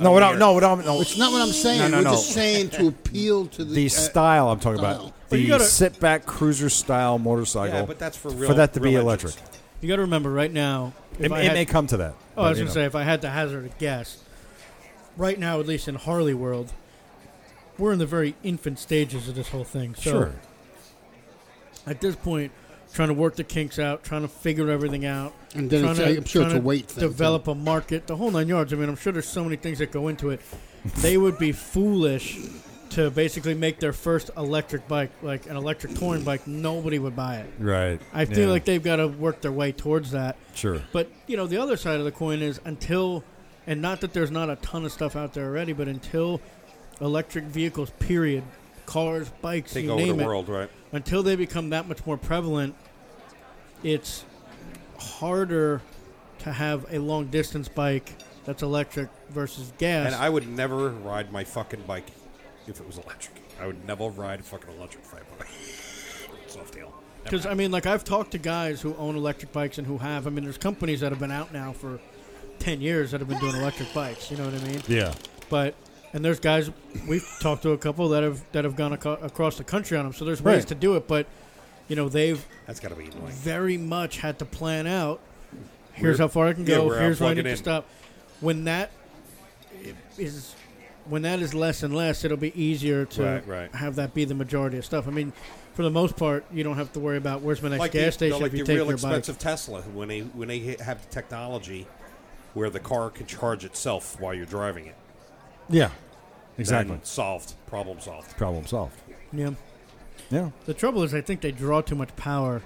no, we hear don't. it. No, we don't. No, It's not what I'm saying. No, no, We're no. just saying to appeal to the the uh, style I'm talking Oh. about. But The you gotta- sit back cruiser style motorcycle. Yeah, but that's for real- For that to be real electric, engines. You got to remember right now. it, if I it had- may come to that. Oh, but, I was you gonna know. say if I had to hazard a guess, right now, at least in Harley world, we're in the very infant stages of this whole thing. So Sure. at this point, trying to work the kinks out, trying to figure everything out, And then trying it's, I'm sure it's trying a to weight thing. develop a market, the whole nine yards. I mean, I'm sure there's so many things that go into it. they would be foolish to basically make their first electric bike, like an electric touring bike. Nobody would buy it. Right. I feel Yeah. like they've got to work their way towards that. Sure. But you know, the other side of the coin is until, and not that there's not a ton of stuff out there already, but until electric vehicles, period, cars, bikes, Take you over name the it, world, right? until they become that much more prevalent, it's harder to have a long distance bike that's electric versus gas. And I would never ride my fucking bike if it was electric. I would never ride a fucking electric fat bike. Softail. Never. Because I mean, like I've talked to guys who own electric bikes and who have. I mean, there's companies that have been out now for ten years that have been doing electric bikes. You know what I mean? Yeah. But and there's guys we've talked to a couple that have that have gone aco- across the country on them. So there's ways Right. to do it, but you know they've That's got to be annoying. very much had to plan out. Here's Where- how far I can yeah, go. where I here's where I plug need it to in. stop. When that is when that is less and less, it'll be easier to Right, right. have that be the majority of stuff. I mean, for the most part, you don't have to worry about where's my next Like the, gas station like if you the take real your bike. expensive Tesla when they when they hit- have the technology where the car can charge itself while you're driving it. Yeah. Exactly. Then solved. Problem solved. Problem solved. Yeah. Yeah. The trouble is, I think they draw too much power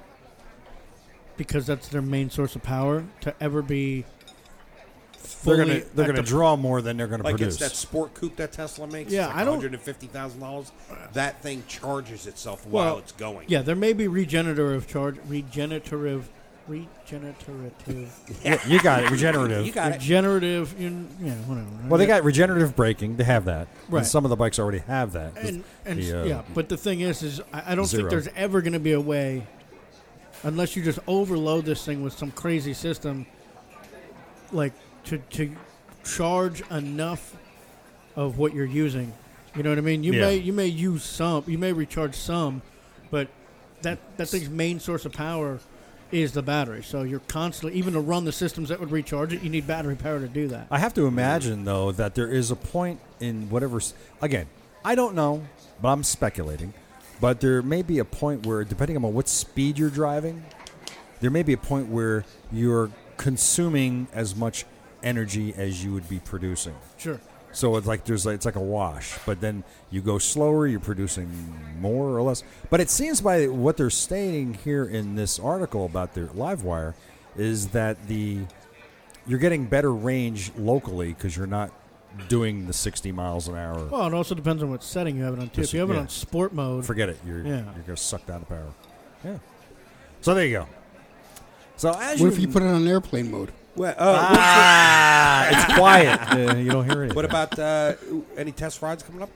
because that's their main source of power to ever be. They're Fully gonna they're at gonna the- draw more than they're gonna Like produce. it's that sport coupe that Tesla makes. Yeah, it's like I don't- One hundred and fifty thousand dollars. That thing charges itself Well, while it's going. Yeah, there may be regenerative charge, regenerative, regenerative, Yeah, you got it. Regenerative. you got it. regenerative. You, yeah, whatever. well, they got regenerative braking. They have that. Right. And some of the bikes already have that. and, and The, uh, yeah, but the thing is, is I, I don't Zero. think there's ever going to be a way, unless you just overload this thing with some crazy system, like to to charge enough of what you're using. You know what I mean? You Yeah. may you may use some, you may recharge some, but that that thing's main source of power is the battery. So you're constantly even to run the systems that would recharge it, you need battery power to do that. I have to imagine though that there is a point in whatever. s- Again, I don't know, but I'm speculating. But there may be a point where, depending on what speed you're driving, there may be a point where you're consuming as much energy as you would be producing. Sure. So it's like there's like, it's like a wash, but then you go slower, you're producing more or less. But it seems by what they're stating here in this article about their live wire is that the you're getting better range locally because you're not doing the 60 miles an hour. Well, it also depends on what setting you have it on too. If Just- you have it yeah. on sport mode, Forget it. You're Yeah. you're gonna suck down the power. Yeah. So there you go. So as What if you put it on airplane mode? Well, uh, ah, it's quiet. Uh, you don't hear anything. What about uh, any test rides coming up?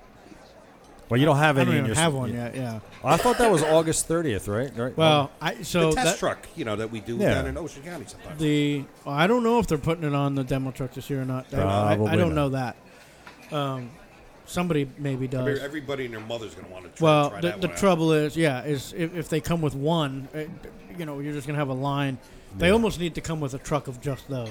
Well, you don't have I any. don't in even your, Oh. have one yet. Yeah. I thought that was August 30th, right? Right. Well, I so the test that, truck, you know, that we do Yeah. down in Ocean County sometimes. the I don't know if they're putting it on the demo truck this year or not. I- I, I Probably don't not. know that. Um, somebody maybe I mean, does. everybody and their mother's going to want to try, uh, Well, try the, that the one out. trouble is, yeah, is if, if they come with one, it, you know, you're just gonna have a line. They almost need to come with a truck of just those.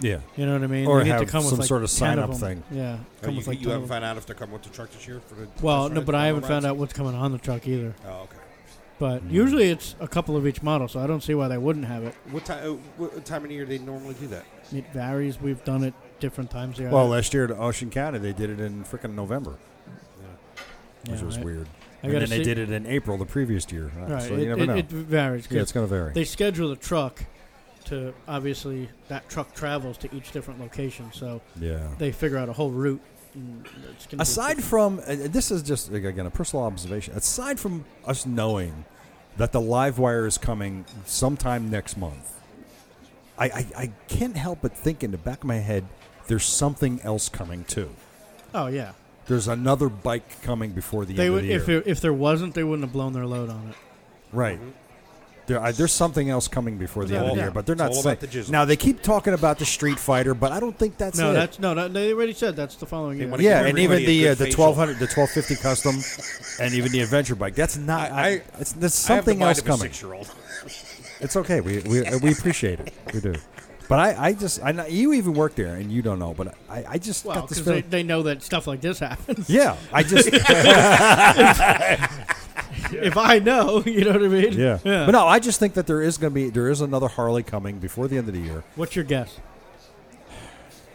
yeah. You know what I mean? Or they need to have come some with like sort of 10 sign-up them. thing. Yeah, Uh, come you, with like you 10 haven't of them. found out if they're coming with the truck this year for the. Well, test no, ride but I on the haven't found out rides? what's coming on the truck either. Oh, okay. Hmm. But usually it's a couple of each model, so I don't see why they wouldn't have it. What time? Uh, what time of the year they normally do that? It varies. We've done it different times. Yeah. Well, last year at Ocean County, they did it in freaking November, which Yeah, was right. weird. I and gotta then they see- did it in April the previous year. Uh, Right. So it, you never it- know. it varies. 'cause yeah, it's going to vary. they schedule the truck to obviously that truck travels to each different location, so yeah. they figure out a whole route. And it's gonna be Aside different. from, uh, this is just, like, again, a personal observation. Aside from us knowing that the live wire is coming sometime next month, I, I, I can't help but think in the back of my head, there's something else coming too. oh yeah, There's another bike coming before the they end would of the if year. it, if there wasn't, they wouldn't have blown their load on it. Right. There, I, there's something else coming before the Without end of a the year, doubt. but they're Mm-hmm. It's not all saying. about the jizzle. Now they keep talking about the Street Fighter, but I don't think that's no, it. that's no, that, they already said that's the following year. wanna- yeah, and even Everybody the uh, has the good facial. 1200, the 1250 custom, and even the adventure bike. That's not. I- I, I- it's, there's I have the something mind else of a coming. Six-year-old. It's okay. We we, uh, we appreciate it. We do. But I, I just I know, you even work there and you don't know, but I, I just well, got this because they, feeling. they know that stuff like this happens. yeah, I just If I know, you know what I mean. yeah. yeah. But no, I just think that there is going to be there is another Harley coming before the end of the year. What's your guess?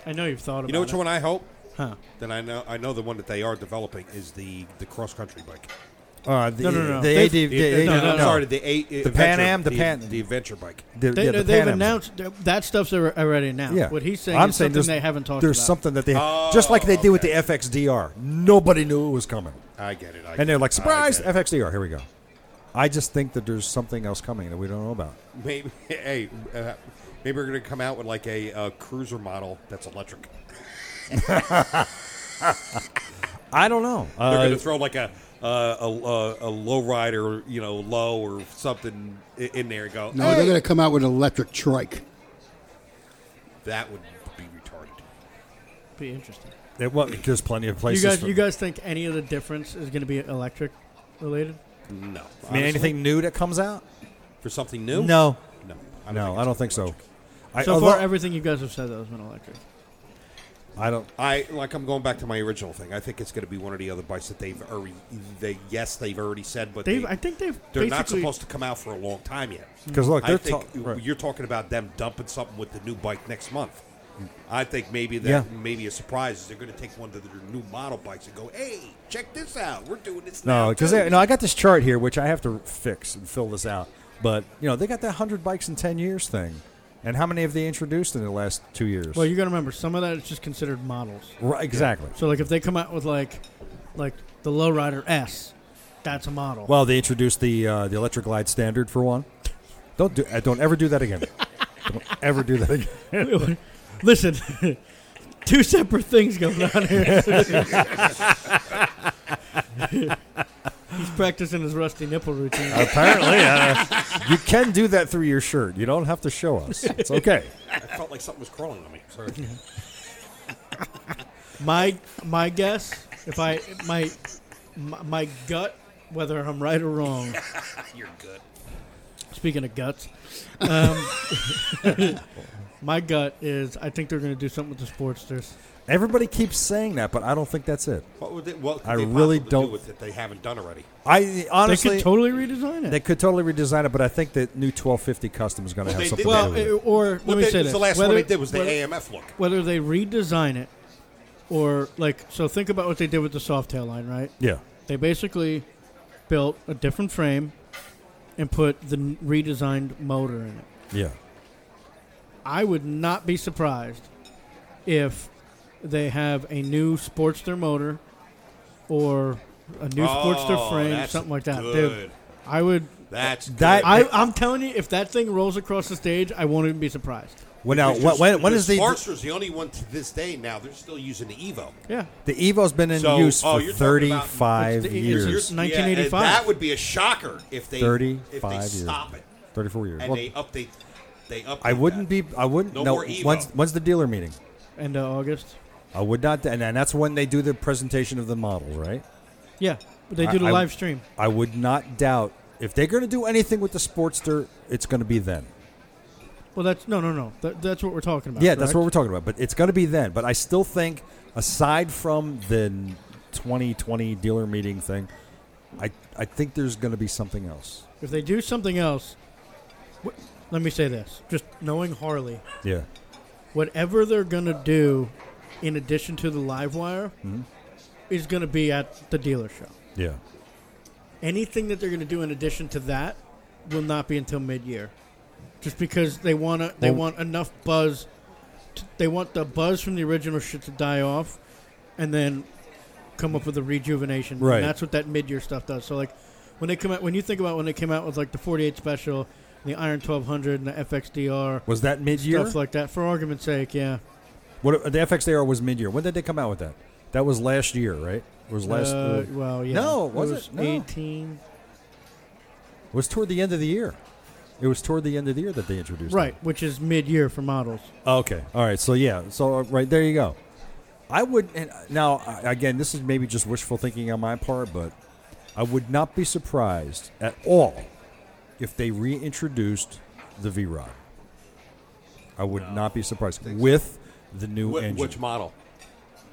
I know you've thought about You know which it. one I hope? Huh. Then I know I know the one that they are developing is the the cross country bike. Uh, the, No, no, no. The They've- AD, the, no, AD no, I'm no. sorry, the eight the Pan Am, the the Pan- the adventure bike. The, They, uh, yeah, the they've Pan Am's- announced that stuff's al- already announced. Yeah. What he's saying I'm is saying something there's- they haven't talked There's about. something that they just like they did with the FXDR. Nobody knew it was coming, I get it. I get and they're it, like, I "Surprise! get it. FXDR. Here we go." I just think that there's something else coming that we don't know about. Maybe hey, uh, maybe we're gonna come out with like a uh, cruiser model that's electric. I don't know. They're Uh, gonna throw like a uh, a, a, a low rider, you know, low or something i- in there and go. No, "Hey, they're going to come out with electric trike. "Oh, that would be retarded. Be interesting. it, well, there's plenty of You places. guys, for- you guys think any of the difference is going to be electric related? No, I mean, Honestly, anything new that comes out? for something new? No, no, no, think I it's don't think so. I, So although- far, everything you guys have said though has been electric. I don't. I like. I'm going back to my original thing. I think it's going to be one of the other bikes that they've already. They yes, they've already said, but They've, they, I think they've they're not basically- supposed to come out for a long time yet. Mm-hmm. 'Cause look, I they're think ta- right. you're talking about them dumping something with the new bike next month. I think maybe that Mm. Yeah. maybe a surprise is they're going to take one of their new model bikes and go, "Hey, check this out. We're doing this now." No, because too." no, I got this chart here, which I have to fix and fill this out. But you know, they got that hundred bikes in ten years thing, and how many have they introduced in the last two years? Well, you got to remember some of that is just considered models. right, exactly. So like if they come out with like like the lowrider S, that's a model. Well, they introduced the uh, the electric glide standard for one. Don't do, uh, don't ever do that again. don't ever do that again. Listen, two separate things going on here. He's practicing his rusty nipple routine. Apparently, uh, you can do that through your shirt. You don't have to show us. It's okay. I felt like something was crawling on me. Sorry. my my guess, if I my my, my gut, whether I'm right or wrong. You're good. Speaking of guts, um, my gut is I think they're going to do something with the Sportsters. Everybody keeps saying that, but I don't think that's it. What would they, what could I they really possibly do don't- with it they haven't done already? I They honestly. could totally redesign it. They could totally redesign it, but I think that new 1250 custom is going to Well, have they something did to well, do with eh, it. or let What me they- say it's this: the last whether, one they did was the whether- AMF look. whether they redesign it or like so think about what they did with the soft tail line right Yeah. they basically built a different frame and put the n- redesigned motor in it Yeah. i would not be surprised if they have a new sportster motor or a new sportster Oh, frame that's something like that dude good. i would That's That- that. I, I'm telling you, if that thing rolls across the stage, I won't even be surprised. Well, now, Uh, what, when, when is the Sportster's the only one to this day now? They're still using the Evo. Yeah. the Evo's been in So- use oh, for you're talking about- 35 It's the- it's years. your- Yeah, 1985. and that would be a shocker if they if 35 they years. stop it 34 years. and Well, they update. They update. I wouldn't that. be. I wouldn't. No, No more Evo. When's, when's the dealer meeting? End of August. I would not. And, and that's when they do the presentation of the model, right? Yeah. They I- do the I- live stream. I would not doubt if they're going to do anything with the Sportster, it's going to be then. Well, that's no, no, no. That, that's what we're talking about. Yeah, that's what correct? we're talking about. But it's going to be then. But I still think, aside from the 2020 dealer meeting thing, I I think there's going to be something else. If they do something else, wh- let me say this: just knowing Harley, Yeah. whatever they're gonna do, in addition to the live wire, Mm-hmm. is gonna be at the dealer show. Yeah. Anything that they're gonna do in addition to that will not be until mid-year, just because they wanna they Well- want enough buzz. t they want the buzz from the original shit to die off, and then come up with a rejuvenation. Right. And that's what that mid-year stuff does. So like when they come out, when you think about when they came out with like the 48 special, the Iron 1200, and the FXDR, Was that mid year? stuff like that. For argument's sake, yeah. what the FXAR was mid year. When did they come out with that? That was last year, right? It was last. Uh, well, yeah. No, was it? was No. 18. it was toward the end of the year. It was toward the end of the year that they introduced. Right, which is mid-year for models. That. Okay. All right. So yeah. So uh, right there you go. I would and uh, now I- again. This is maybe just wishful thinking on my part, but I would not be surprised at all if they reintroduced the V Rod. I would not be surprised with the new Wh- engine. which model?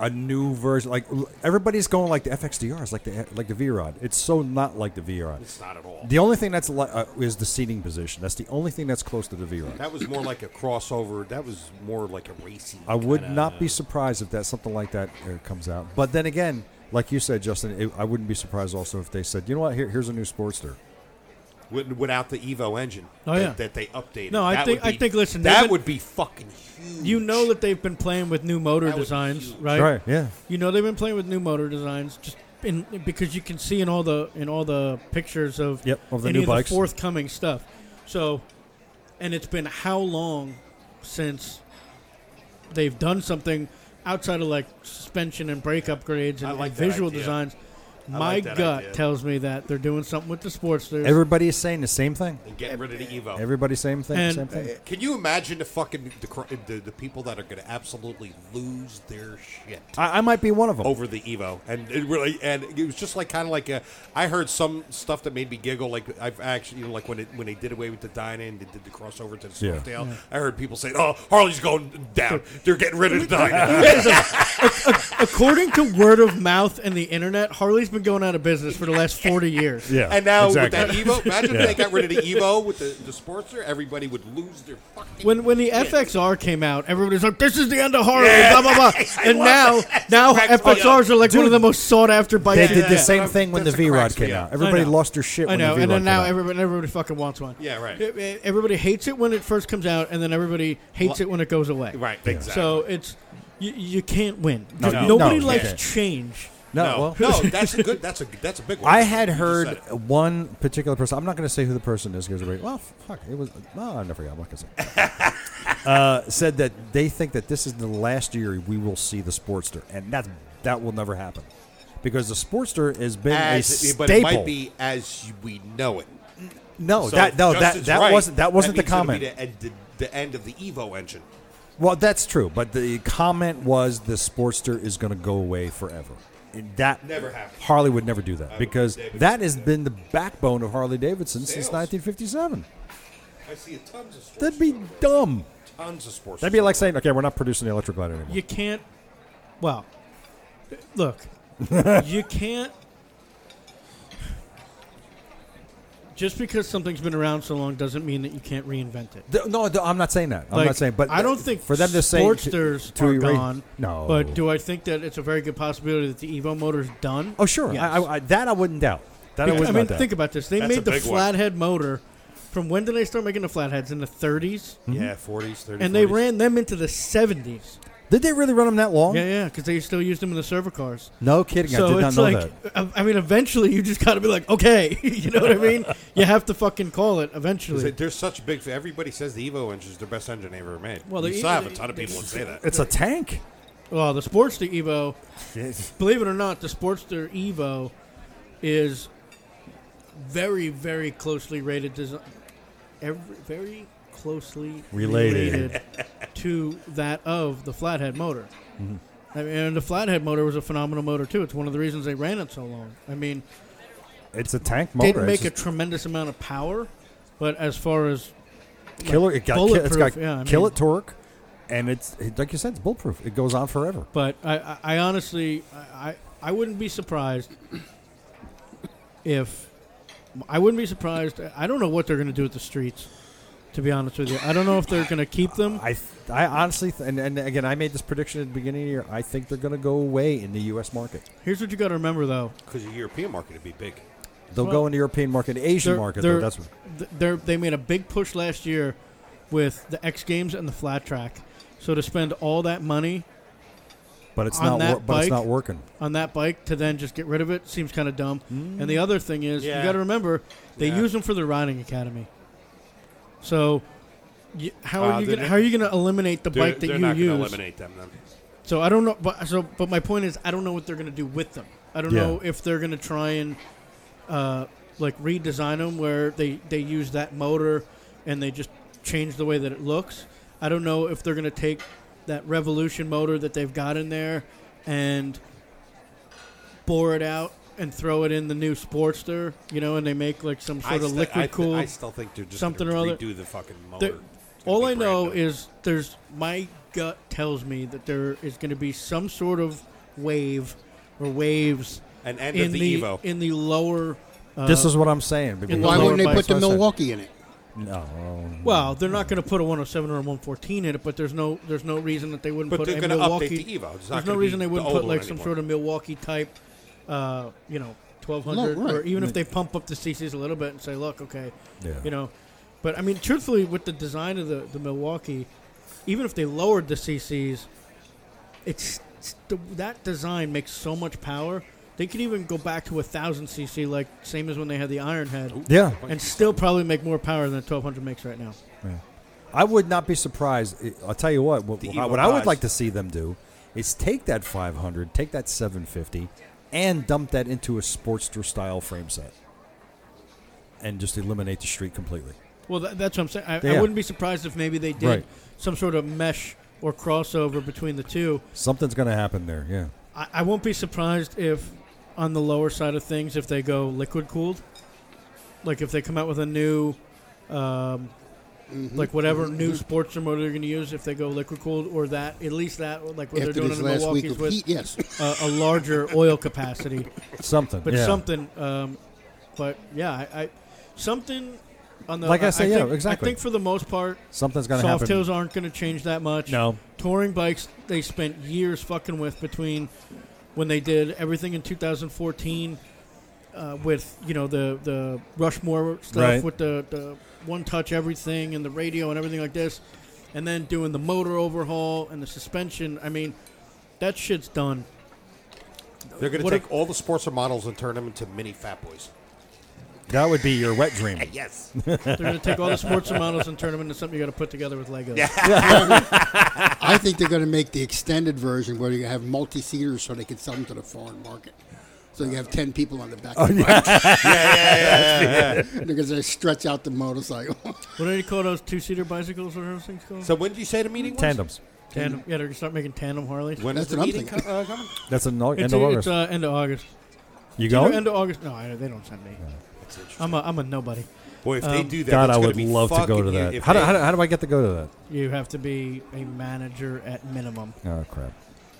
a new version. Like l- everybody's going like the FXDR is like the like the V Rod. It's so not like the V Rod. It's not at all. The only thing that's li- uh, is the seating position. That's the only thing that's close to the V Rod. That was more like a crossover. That was more like a racing. I would kinda- not be surprised if that something like that uh, comes out. But then again, like you said, Justin, it, I wouldn't be surprised also if they said, you know what, Here, here's a new Sportster. with- without the Evo engine. Oh, that, yeah. that they updated. No, I That think- would I think, listen, that they've been- would be fucking huge. You know that they've been playing with new motor That would be designs, huge. right? Yeah. You know they've been playing with new motor designs just in, because you can see in all the in all the pictures of Yep, of the any new of bikes. the forthcoming stuff. So, and it's been how long since they've done something outside of like suspension and brake upgrades and, I like and that visual idea. designs? My like that gut idea. tells me that they're doing something with the Sportsters. Everybody is saying the same thing. and getting rid of the Evo. Everybody same thing. And- same thing. Can you imagine the fucking the, cr- the, the people that are going to absolutely lose their shit? I, I might be one of them. over the Evo, and it really, and it was just like kind of like a. I heard some stuff that made me giggle. Like I've actually, you know, like when it when they did away with the Dyna and they did the crossover to the Yeah. Swiftail. I heard people say, "Oh, Harley's going down. They're getting rid of the Dyna." According to word of mouth and the internet, Harley's been going out of business for the last 40 years. Yeah. And now exactly. with that Evo, imagine Yeah. if they got rid of the Evo with the, the Sportster, everybody would lose their fucking. When when the FXR came out, everybody was like, "This is the end of horror." Blah blah blah. And now now Cracked me FXRs are like one of Dude, the most sought after bikes. They in did the the world. same thing when the That's a V Rod cracks me came up. out. Everybody know. lost their shit I when know, the V and Rod then came now out. everybody, everybody fucking wants one. Yeah, right. E- e- Everybody hates it when it first comes out, and then everybody hates it when it goes away. Right, exactly. So it's you, you can't win. No, Because you- Nobody no, you likes can't. change. No, well, no, that's a good. That's a that's a big one. I had You just heard said it. one particular person. I'm not going to say who the person is because everybody. Well, fuck, it was. Oh, I never. I'm not going to say. uh, said that they think that this is the last year we will see the Sportster, and that that will never happen because the Sportster has been a As, staple. but it might be as we know it. no, So that no that Justin's that right. wasn't that wasn't the means it'll comment. Be the, end- the, the end of the Evo engine. Well, that's true, but the comment was the Sportster is going to go away forever. And that Never happened. Harley would never do that would- because they would- that has been the backbone of Harley Davidson since Sales. 1957. I see tons of sports. That'd be dumb. tons of sports. That'd be like saying, okay, we're not producing the electric light anymore. You can't. Well, look, you can't. Just because something's been around so long doesn't mean that you can't reinvent it. Th- no, th- I'm not saying that. I'm Like, not saying, but I don't th- think for them to say Sportsters to, to are erase- gone. No, But do I think that it's a very good possibility that the Evo motor's done? oh sure, Yes. I, I, I, that I wouldn't doubt. That I Because- I, wouldn't mean, doubt. think about this. They That's a made the big one. flathead motor. From when did they start making the flatheads? In the 30s, Mm-hmm. yeah, forties, thirties, and they ran them into the 70s. that. Did they really run them that long? Yeah, yeah, because they still used them in the server cars. No kidding. I so did not it's know like, that. I I mean, eventually you just got to be like, okay, you know what I mean? You have to fucking call it eventually. They're such big. Everybody says the Evo engine is the best engine ever made. Well, Well, you the still Evo- have a ton of people that say that. It's a tank. Well, the Sportster Evo, believe it or not, the Sportster Evo is very, very closely rated design. Every, very closely Related. related to that of the flathead motor. Mm-hmm. I mean, and the flathead motor was a phenomenal motor too. It's one of the reasons they ran it so long. I mean, It's a tank motor. didn't It's make just- a tremendous amount of power, but as far as killer. It got ki- it's got bulletproof, yeah, I kill mean- it torque, and it's it- like you said, it's bulletproof. It goes on forever. But I, I, I honestly, I, I, I wouldn't be surprised if I wouldn't be surprised. I don't know what they're going to do with the streets. To be honest with you, I don't know if they're going to keep them. I th- I honestly th- and, and again, I made this prediction at the beginning of the year. I think they're going to go away in the U.S. market. Here's what you got to remember, though. Because the European market would be big. They'll go Well, in the European market, Asian They're, market. they're, though, that's what, th- they're, they made a big push last year with the X Games and the flat track. So to spend all that money but it's on not. that Wor- but it's bike- not working. on that bike to then just get rid of it seems kind of dumb. And the other thing is, Mm. Yeah. you got to remember they Yeah. use them for the riding academy. So, you, how Uh, are you they're gonna, not- how are you going to eliminate the They're, bike that they're you not use? going to eliminate them. Then. So I don't know, but so but my point is I don't know what they're going to do with them. I don't Yeah. know if they're going to try and uh, like redesign them where they they use that motor and they just change the way that it looks. I don't know if they're going to take that revolution motor that they've got in there and bore it out and throw it in the new Sportster, you know, and they make like some sort I sti- of I liquid th- cool. I still think they're just something gonna or other. Redo the fucking There- motor. It's gonna all be I brand know new. is there's my gut tells me that there is going to be some sort of wave or waves an end in of the, Evo. in the lower. Uh, this is what I'm saying. because- the Why lower wouldn't they bike put the That's what I said. Milwaukee in it? No. well, they're not going to put a 107 or a 114 in it, but there's no there's no reason that they wouldn't but put they're a going to Milwaukee. update the Evo. It's not there's no gonna reason be they the wouldn't old put one like some anymore. sort of Milwaukee type, uh, you know, 1200, No, right. or even if they pump up the CCs a little bit and say, look, okay, Yeah. you know, but I mean, truthfully, with the design of the the Milwaukee, even if they lowered the CCs, it's, it's the, that design makes so much power. They could even go back to a thousand CC, like same as when they had the Iron Head, Yeah. and still probably make more power than the 1200 makes right now. I would not be surprised. I- I'll tell you what. What, The what Evo I would dies. like to see them do is take that 500, take that 750, and dump that into a Sportster style frame set, and just eliminate the street completely. Well, tha that's what I'm saying. I, Yeah. I wouldn't be surprised if maybe they did Right. some sort of mesh or crossover between the two. Something's going to happen there. Yeah. I, I won't be surprised if, on the lower side of things, if they go liquid cooled. Like if they come out with a new, um, Mm-hmm. Like whatever new sports thermometer they're going to use, if they go liquid cooled or that, at least that, or like what they're After doing this in last week Milwaukee's of with heat, yes. a, a larger oil capacity, Something. but yeah. something. Um, but yeah, I, I something on the Like I say, yeah, think- exactly. I think for the most part, Something's going to soft happen. tails aren't going to change that much. No. touring bikes they spent years fucking with between when they did everything in 2014 uh, with you know the the Rushmore stuff Right. with the, the one touch everything and the radio and everything like this, and then doing the motor overhaul and the suspension. I mean, that shit's done. They're going to What take all the sports models and turn them into mini fat boys. That would be your wet dream. Yes. They're going to take all the sports and models and turn them into something you got to put together with Legos. I think they're going to make the extended version where you have multi seaters so they can sell them to the foreign market. So you have 10 people on the back of the bike because they stretch out the motorcycle. What do they call those two seater bicycles or those things called? So when did you say the meeting was? Tandems. tandem. Yeah, they're going to start making tandem Harleys. When is That's the what I'm meeting thinking. co- uh, coming? That's an end It's, of it's August. uh, end of August. you Either going? End of August. No, I, they don't send me. I'm a, I'm a nobody. Boy, if they Um, do that, God, I it's gonna would be love to go fucking to you- that. if How do, they- how, do, how do I get to go to You have to be a manager at minimum. that? Oh crap!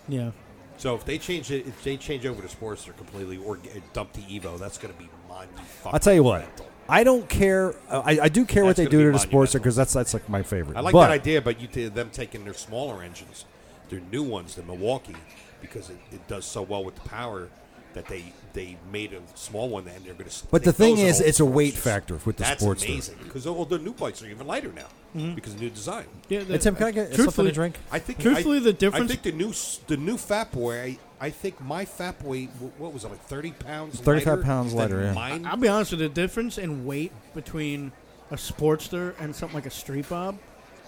Yeah. so if they change it, if they change over to sports, they're completely or g- dump the Evo. That's going to be mind. I'll tell you what. I don't care. I, I do care what That's they gonna do be to the sports monumental. because that's that's like my favorite. I like But that idea, but you t- them taking their smaller engines, their new ones, the Milwaukee, because it, it does so well with the power that they they made a small one and they're going to. But the thing is, it's a weight factor with the That's Sportster. Mm-hmm. amazing because all the new bikes are even lighter now because of new design. yeah Hey, Tim, can I get something truthfully- to drink? I think Truthfully, I, the difference- I think the new s- the new Fat Boy. I, I think my Fat Boy. wh- What was it? Like thirty pounds. 35 lighter pounds than lighter, yeah. Mine. I'll be honest with you. The difference in weight between a Sportster and something like a Street Bob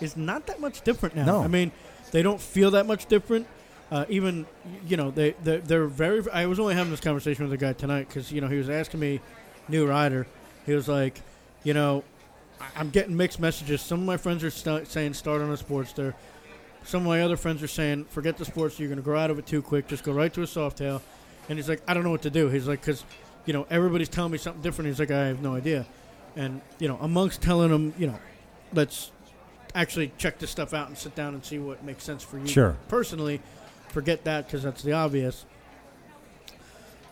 is not that much different now. No. I mean, they don't feel that much different. Uh, even y- you know they they're, they're very. I was only having this conversation with a guy tonight because you know he was asking me, new rider. He was like, you know, I- I'm getting mixed messages. Some of my friends are st- saying start on a Sportster. Some of my other friends are saying, forget the sports, you're going to grow out of it too quick. Just go right to a soft tail. And he's like, I don't know what to do. He's like, because, you know, everybody's telling me something different. He's like, I have no idea. And, you know, amongst telling them, you know, let's actually check this stuff out and sit down and see what makes sense for you Sure. personally, forget that because that's the obvious.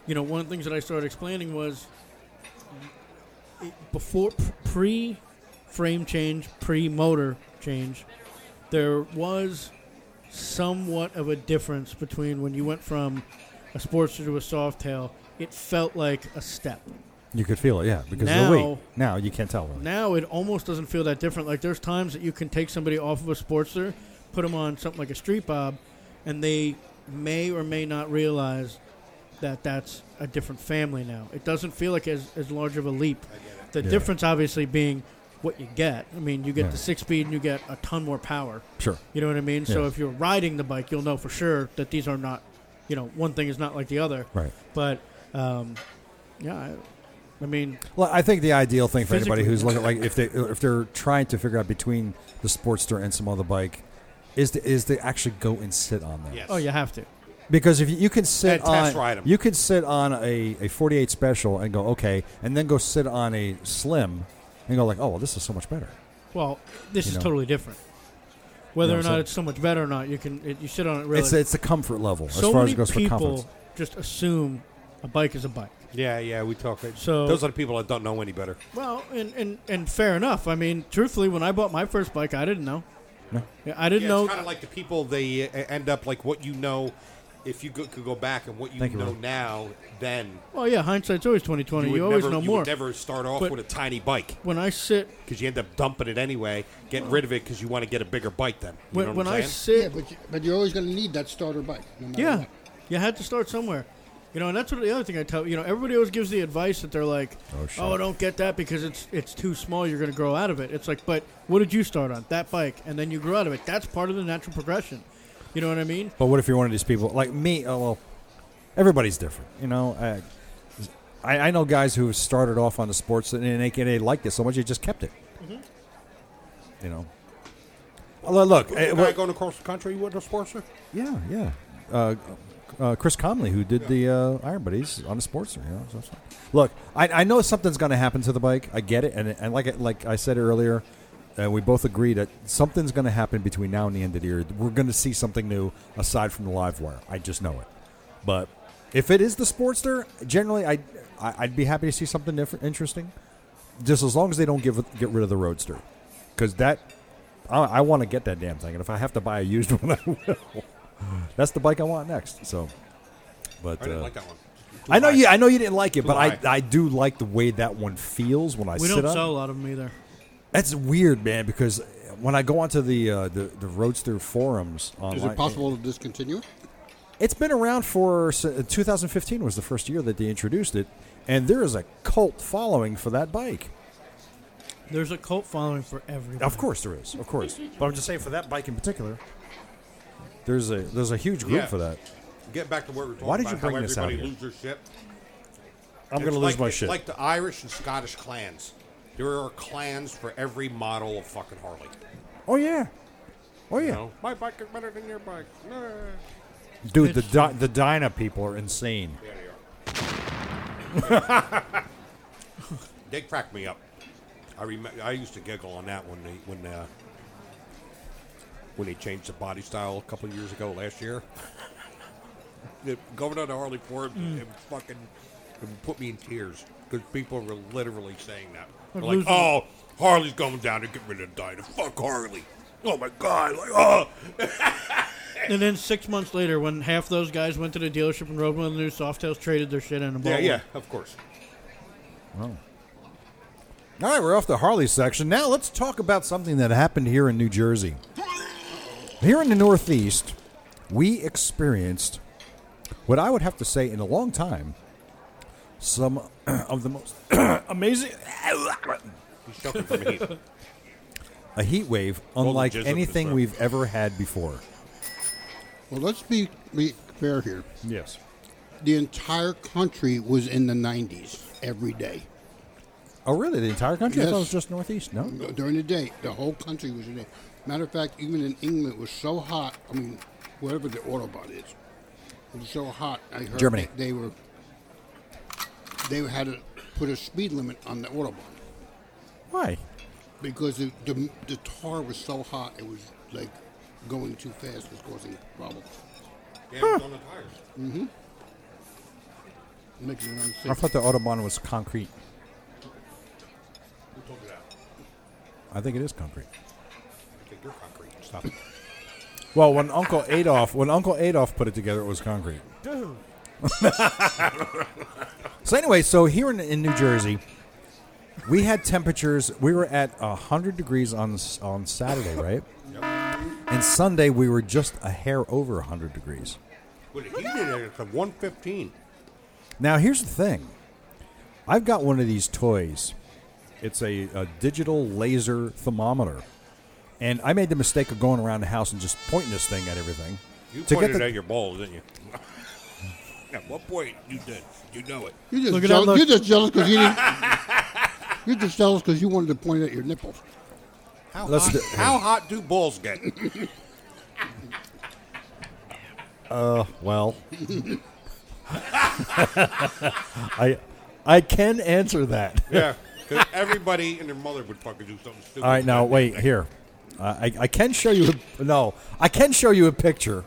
You know, one of the things that I started explaining was it- before pre frame change, pre motor change, there was somewhat of a difference between when you went from a sportster to a soft tail. It felt like a step. You could feel it, yeah, because Now- of the weight. Now you can't tell. Really. Now it almost doesn't feel that different. Like there's times that you can take somebody off of a sportster, put them on something like a street bob, and they may or may not realize that that's a different family now. It doesn't feel like as, as large of a leap. The Yeah. difference obviously being what you get. I mean, you get Yeah. the six speed and you get a ton more power. Sure. You know what I mean? So Yeah. if you're riding the bike, you'll know for sure that these are not, you know, one thing is not like the other. Right. But um, yeah, I, I mean, Well, I think the ideal thing for anybody Physically. who's looking like if they if they're trying to figure out between the Sportster and some other bike. Is to, is to actually go and sit on them Yes. oh, you have to. because if you, you can sit And test on ride 'em. you could sit on a, a 48 special and go okay and then go sit on a slim and go like oh well this is so much better Well, this You is know. totally different. Whether You know, or not so- it's so much better or not, you can it, you sit on it really. it's it's the comfort level so as far many as it goes for people comfort just assume a bike is a bike. Yeah, yeah. We talk. So- those are the people that don't know any better. Well, and, and, and fair enough. I mean, truthfully, when I bought my first bike, I didn't know. No. Yeah, I didn't Yeah, know. it's kind of like the people they uh, end up like what you know. If you go, could go back and what you Thank you, know Rob. now, then well, yeah, hindsight's always twenty twenty. You, would always never, know you more. Would never start off But- with a tiny bike when I sit, because you end up dumping it anyway, getting rid of it because you want to get a bigger bike. Then you know when, what when I'm I saying? sit, yeah, but, you, but you're always going to need that starter bike. No matter Yeah, what. you had to start somewhere. You know, and that's what the other thing I tell you know everybody always gives the advice that they're like, Oh, oh, shit. don't get that because it's it's too small. You're going to grow out of it. It's like, but what did you start on that bike, and then you grew out of it? That's part of the natural progression. You know what I mean? But what if you're one of these people like me? Oh well, everybody's different, you know. I I, I know guys who have started off on the sports and they, they liked it so much they just kept it. Mm-hmm. You know. Well, look, eh, Am I well- going across the country with a sportster? yeah, yeah. Uh, uh, Chris Comley, who did the uh, Iron Buddies on a sportster, you know. So it's fine. Look, I, I know something's going to happen to the bike. I get it, and and like I- like I said earlier, and we both agree that something's going to happen between now and the end of the year. We're going to see something new aside from the live wire. I just know it. But if it is the Sportster, generally I, I I'd be happy to see something different, interesting. Just as long as they don't give get rid of the Roadster, because that I, I want to get that damn thing, and if I have to buy a used one, I will. That's the bike I want next. So, but I didn't uh, like that one. I know you. I know you didn't like it, but I, high. I do like the way that one feels when I We sit don't on. it. sell a lot of them either. That's weird, man. Because when I go onto the uh, the the Roadster forums online, Is it possible to discontinue it? It's been around for s- uh, 2015 was the first year that they introduced it, and there is a cult following for that bike. There's a cult following for everything. Of course, there is. Of course, but I'm just saying for that bike in particular, there's a there's a huge group Yeah. for that. Get back to where we're talking Why did you about bring how this out everybody here? lose their shit. I'm It's gonna lose like- my it's shit. Like the Irish and Scottish clans, there are clans for every model of fucking Harley. oh yeah, oh You yeah, know, my bike is better than your bike. Nah. dude. The Di- the Dyna people are insane. There you are. they cracked me up. I remember I used to giggle on that when they when uh, when they changed the body style a couple of years ago last year. The- Going on to Harley Ford it fucking it put me in tears because people were literally saying that. They're like, losing- oh, Harley's going down to get rid of Dinah. Fuck Harley. Oh my god! Like, oh, And then six months later, when half those guys went to the dealership and rode one of the new Softails, traded their shit in and bought yeah, one. yeah, of course. All right, we're off the Harley section. Now let's talk about something that happened here in New Jersey. Here in the Northeast, we experienced what I would have to say in a long time some of the most amazing He's choking from heat. a heat wave the unlike jizz up anything his we've ever had before. Well, let's be, be fair here. Yes. The entire country was in the 90s every day. Oh, really? The entire country? I thought it Yes. was just Northeast. No. During the day, the whole country was in it. Matter of fact, even in England, it was so hot. I mean, wherever the Autobahn is, it was so hot. I heard Germany. that They were they had to put a speed limit on the Autobahn Why? because the, the, the tar was so hot. It was like going too fast was causing problems. Damage on the tires. It makes me I unsafe. thought the Autobahn was concrete. Who told you that? I think it is concrete. I think you're concrete. Stop it. Well, when Uncle Adolf when Uncle Adolf put it together, it was concrete. so anyway, so here in, in New Jersey, we had temperatures. We were at hundred degrees on s- on Saturday, right? And Sunday we were just a hair over hundred degrees. With a heat in it, it's a 115. Now here's the thing, I've got one of these toys. It's a, a digital laser thermometer, and I made the mistake of going around the house and just pointing this thing at everything You to pointed get the at your balls, didn't you? at what point you did? You know it. You're just, Look at that jealous, look. you're just jealous because you didn't. You're just jealous because you wanted to point at your nipples. How, Let's hot, do- how hot do balls get? Well, I I can answer that. yeah, because everybody and their mother would fucking do something stupid. All right, now wait here. I I I can show you. A, no, I can show you a picture.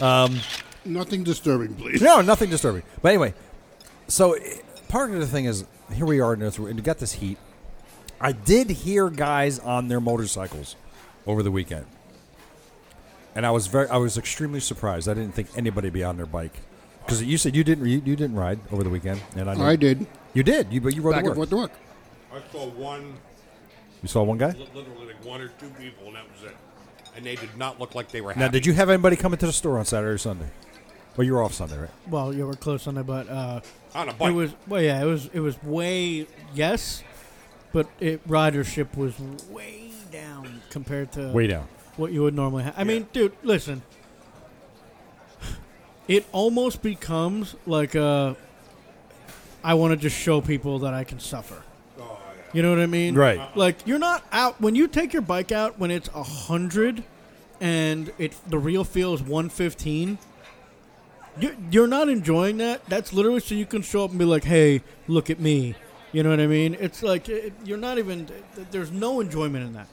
Nothing disturbing, please. No, nothing disturbing. But anyway, so eh, part of the thing is here we are in North, and we got this heat. I did hear guys on their motorcycles over the weekend, and I was very, I was extremely surprised. I didn't think anybody would be on their bike because you said you didn't, you, you didn't ride over the weekend, and I, knew- I did You did, you but you rode back to and work. forth to work. I saw one, You saw one guy. li- literally like one or two people, and that was it. And they did not look like they were happy. Now, did you have anybody coming to the store on Saturday or Sunday? Well, you were off Sunday, right? Well, you were close on that, but uh, on a bike? it was well, yeah, it was it was way yes, but it ridership was way down compared to down. what you would normally have. I mean, dude, listen. It almost becomes like a. I want to just show people that I can suffer. oh, You know what I mean? Right. Like you're not out when you take your bike out when it's a hundred, and it the real feel is one fifteen. You're, you're not enjoying that. That's literally so you can show up and be like, "Hey, look at me. You know what I mean? It's like it, you're not even. th- There's no enjoyment in that.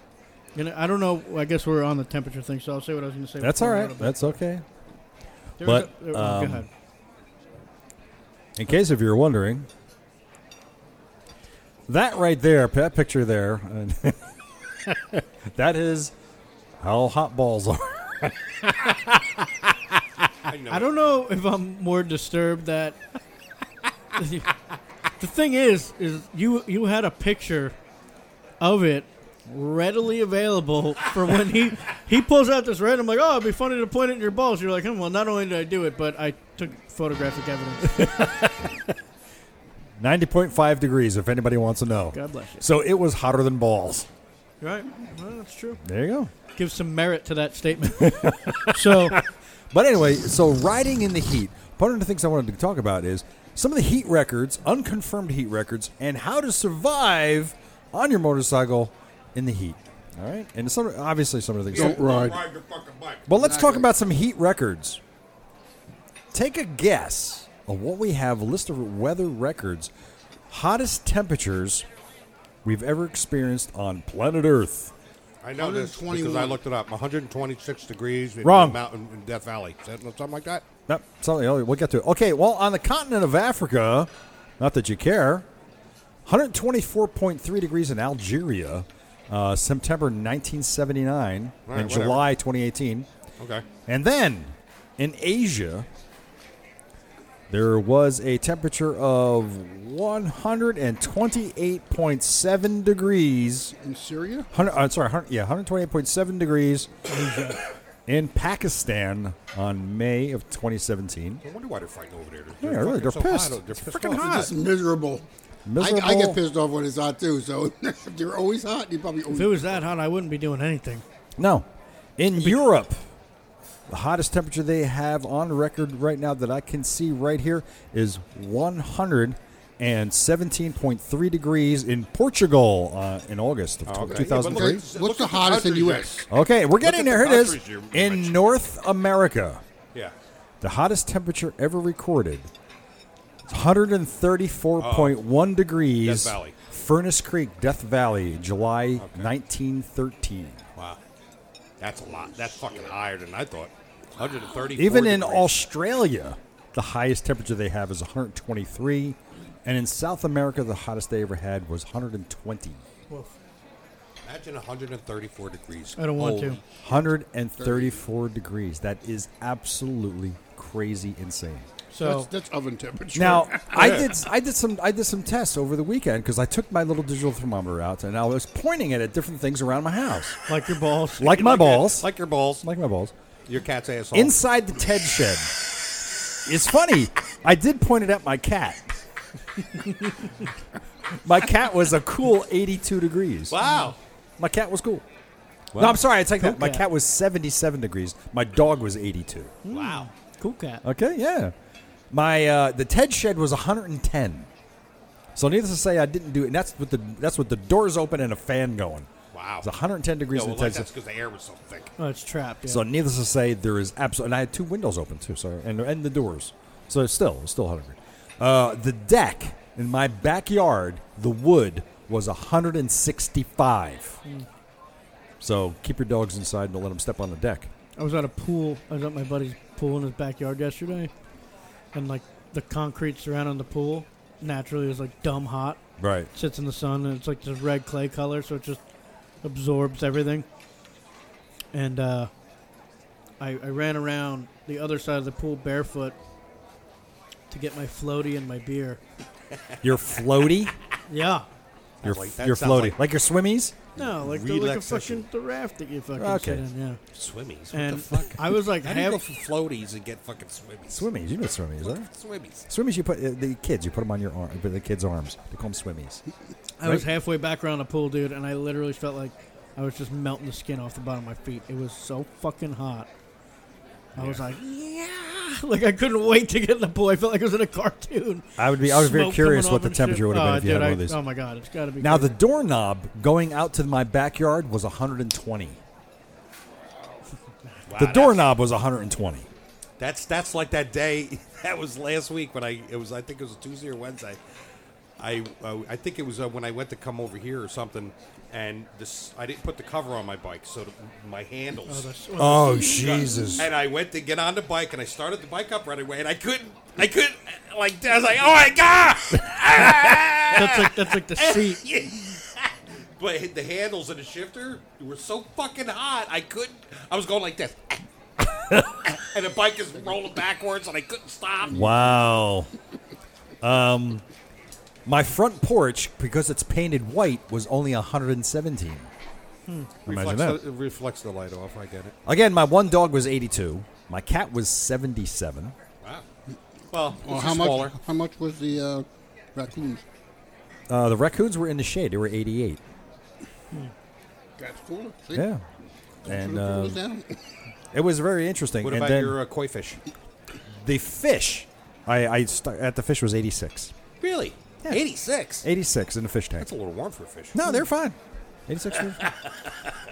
You know, I don't know. I guess we're on the temperature thing, so I'll say what I was going to say. That's all before in a right. little bit. That's okay. There was but, a- there- go um, ahead. In case if you're wondering, that right there, that picture there, that is how hot balls are. I don't know if I'm more disturbed that the thing is is you you had a picture of it readily available for when he he pulls out this random like oh it'd be funny to point it in your balls you're like hmm, well not only did I do it but I took photographic evidence 90.5 degrees, if anybody wants to know. God bless you So it was hotter than balls. You're right well, that's true There you go. give some merit to that statement so But anyway, so riding in the heat. Part of the things I wanted to talk about is some of the heat records, unconfirmed heat records, and how to survive on your motorcycle in the heat. All right, and some obviously some of the things. Don't ride. your fucking bike. But let's talk Exactly. about some heat records. Take a guess of what we have a list of weather records, hottest temperatures we've ever experienced on planet Earth. I know this because I 121. looked it up. 126 degrees. in Wrong. the Mountain in Death Valley. Is that something like that? Nope, something else. We'll get to it. Okay, well, on the continent of Africa, not that you care, 124.3 degrees in Algeria, uh, September 1979 Right, and whatever. July 2018. Okay. And then in Asia, there was a temperature of 128.7 degrees. In Syria? 100, uh, sorry, 100, yeah, 128.7 degrees in Pakistan on May of 2017. I wonder why they're fighting over there. Yeah, really, they're fucking so pissed. Hot. They're pissed Freaking off. hot. Oh, It's miserable. Miserable. I, I get pissed off when it's hot too. So if you're always hot. You probably always if it was that hot I wouldn't be doing anything No. In Europe, the hottest temperature they have on record right now that I can see right here is 117.3 degrees in Portugal uh, in August of Oh, okay. Yeah, 2003. but What's the hottest in US? okay, we're getting at there. the Here it is. countries you In mentioned. North America, Yeah. the hottest temperature ever recorded. is 134.1 degrees. Oh, Death Valley. Furnace Creek, Death Valley, July 1913. Wow. That's a lot. That's fucking higher than I thought. 130. Even in degrees. Australia, the highest temperature they have is 123, and in South America, the hottest they ever had was 120. Imagine 134 degrees. I don't want Holy to 134 degrees. That is absolutely crazy insane. so That's, that's oven temperature. Now, I did I did some I did some tests over the weekend because I took my little digital thermometer out and I was pointing it at different things around my house, like your balls like my balls, Like your balls. like my balls. Your cat's asshole. inside the Ted shed. It's funny. I did point it at my cat. my cat was a cool 82 degrees. Wow. My cat was cool. No, I'm sorry. I take that. My cat. cat was 77 degrees. My dog was 82. Wow. Hmm, cool cat Okay, yeah. My uh, the Ted shed was 110. So needless to say, I didn't do it. And that's with the that's with the doors open and a fan going. Wow. It's 110 degrees Yeah, in well, the like Ted shed. that's because the air was so thick. oh it's trapped yeah. So needless to say, there is absolutely. And I had two windows open too, so and and the doors. So it's still it's still 100. Uh, the deck in my backyard, the wood was 165. So keep your dogs inside. and Don't let them step on the deck. I was at a pool. I was at my buddy's pool in his backyard yesterday, and like the concrete surrounding the pool naturally is like dumb hot. Right. sits in the sun and it's like this red clay color, so it just absorbs everything. And uh, I, I ran around the other side of the pool barefoot to get my floaty and my beer. You're floaty. Yeah. You're like- that you're sounds floaty. Like, like- your swimmies. No, like the like a Relaxation. fucking the raft that you fucking sit Okay. in, yeah. Swimmies. What And the fuck? I was like How do you go half from floaties and get fucking swimmies? Swimmies. You know what swimmies are. Swimmies. Swimmies. You put uh, the kids. You put them on your arm. with The kids' arms. They call them swimmies. I was halfway back around the pool, dude, and I literally felt like I was just melting the skin off the bottom of my feet. It was so fucking hot. I was like, yeah, like I couldn't wait to get in the pool. I felt like I was in a cartoon. I would be. I was very Smoke curious coming what off the and temperature shit. would have been Oh, if you dude, had one I- of these. Oh my god, it's got to be Now the crazy. doorknob going out to my backyard was 120. Wow, The that's- doorknob was 120. That's that's like that day. That was last week when I it was I think it was a Tuesday or Wednesday. I uh, I think it was uh, when I went to come over here or something, and this I didn't put the cover on my bike, so the, my handles. Oh Jesus! and I went to get on the bike, and I started the bike up right away, and I couldn't. I couldn't. Like I was like, oh my god! Ah! That's like that's like the seat. Yeah. but the handles and the shifter were so fucking hot, I couldn't. I was going like this. and the bike is rolling backwards, and I couldn't stop. Wow. Um, my front porch because it's painted white was only 117. Imagine Reflects that. the, it reflects the light off. I get it. Again, my one dog was 82. My cat was 77. Wow. Well, Well, it's how much? smaller. How much was the uh, raccoons? Uh, the raccoons were in the shade. They were 88. That's cool. See? Yeah. And uh, it was very interesting. What and about then your uh, koi fish? the fish. I, I st- at the fish was 86. Really? Yeah. 86. 86 in the fish tank. That's a little warm for a fish. No, they're fine. 86 degrees.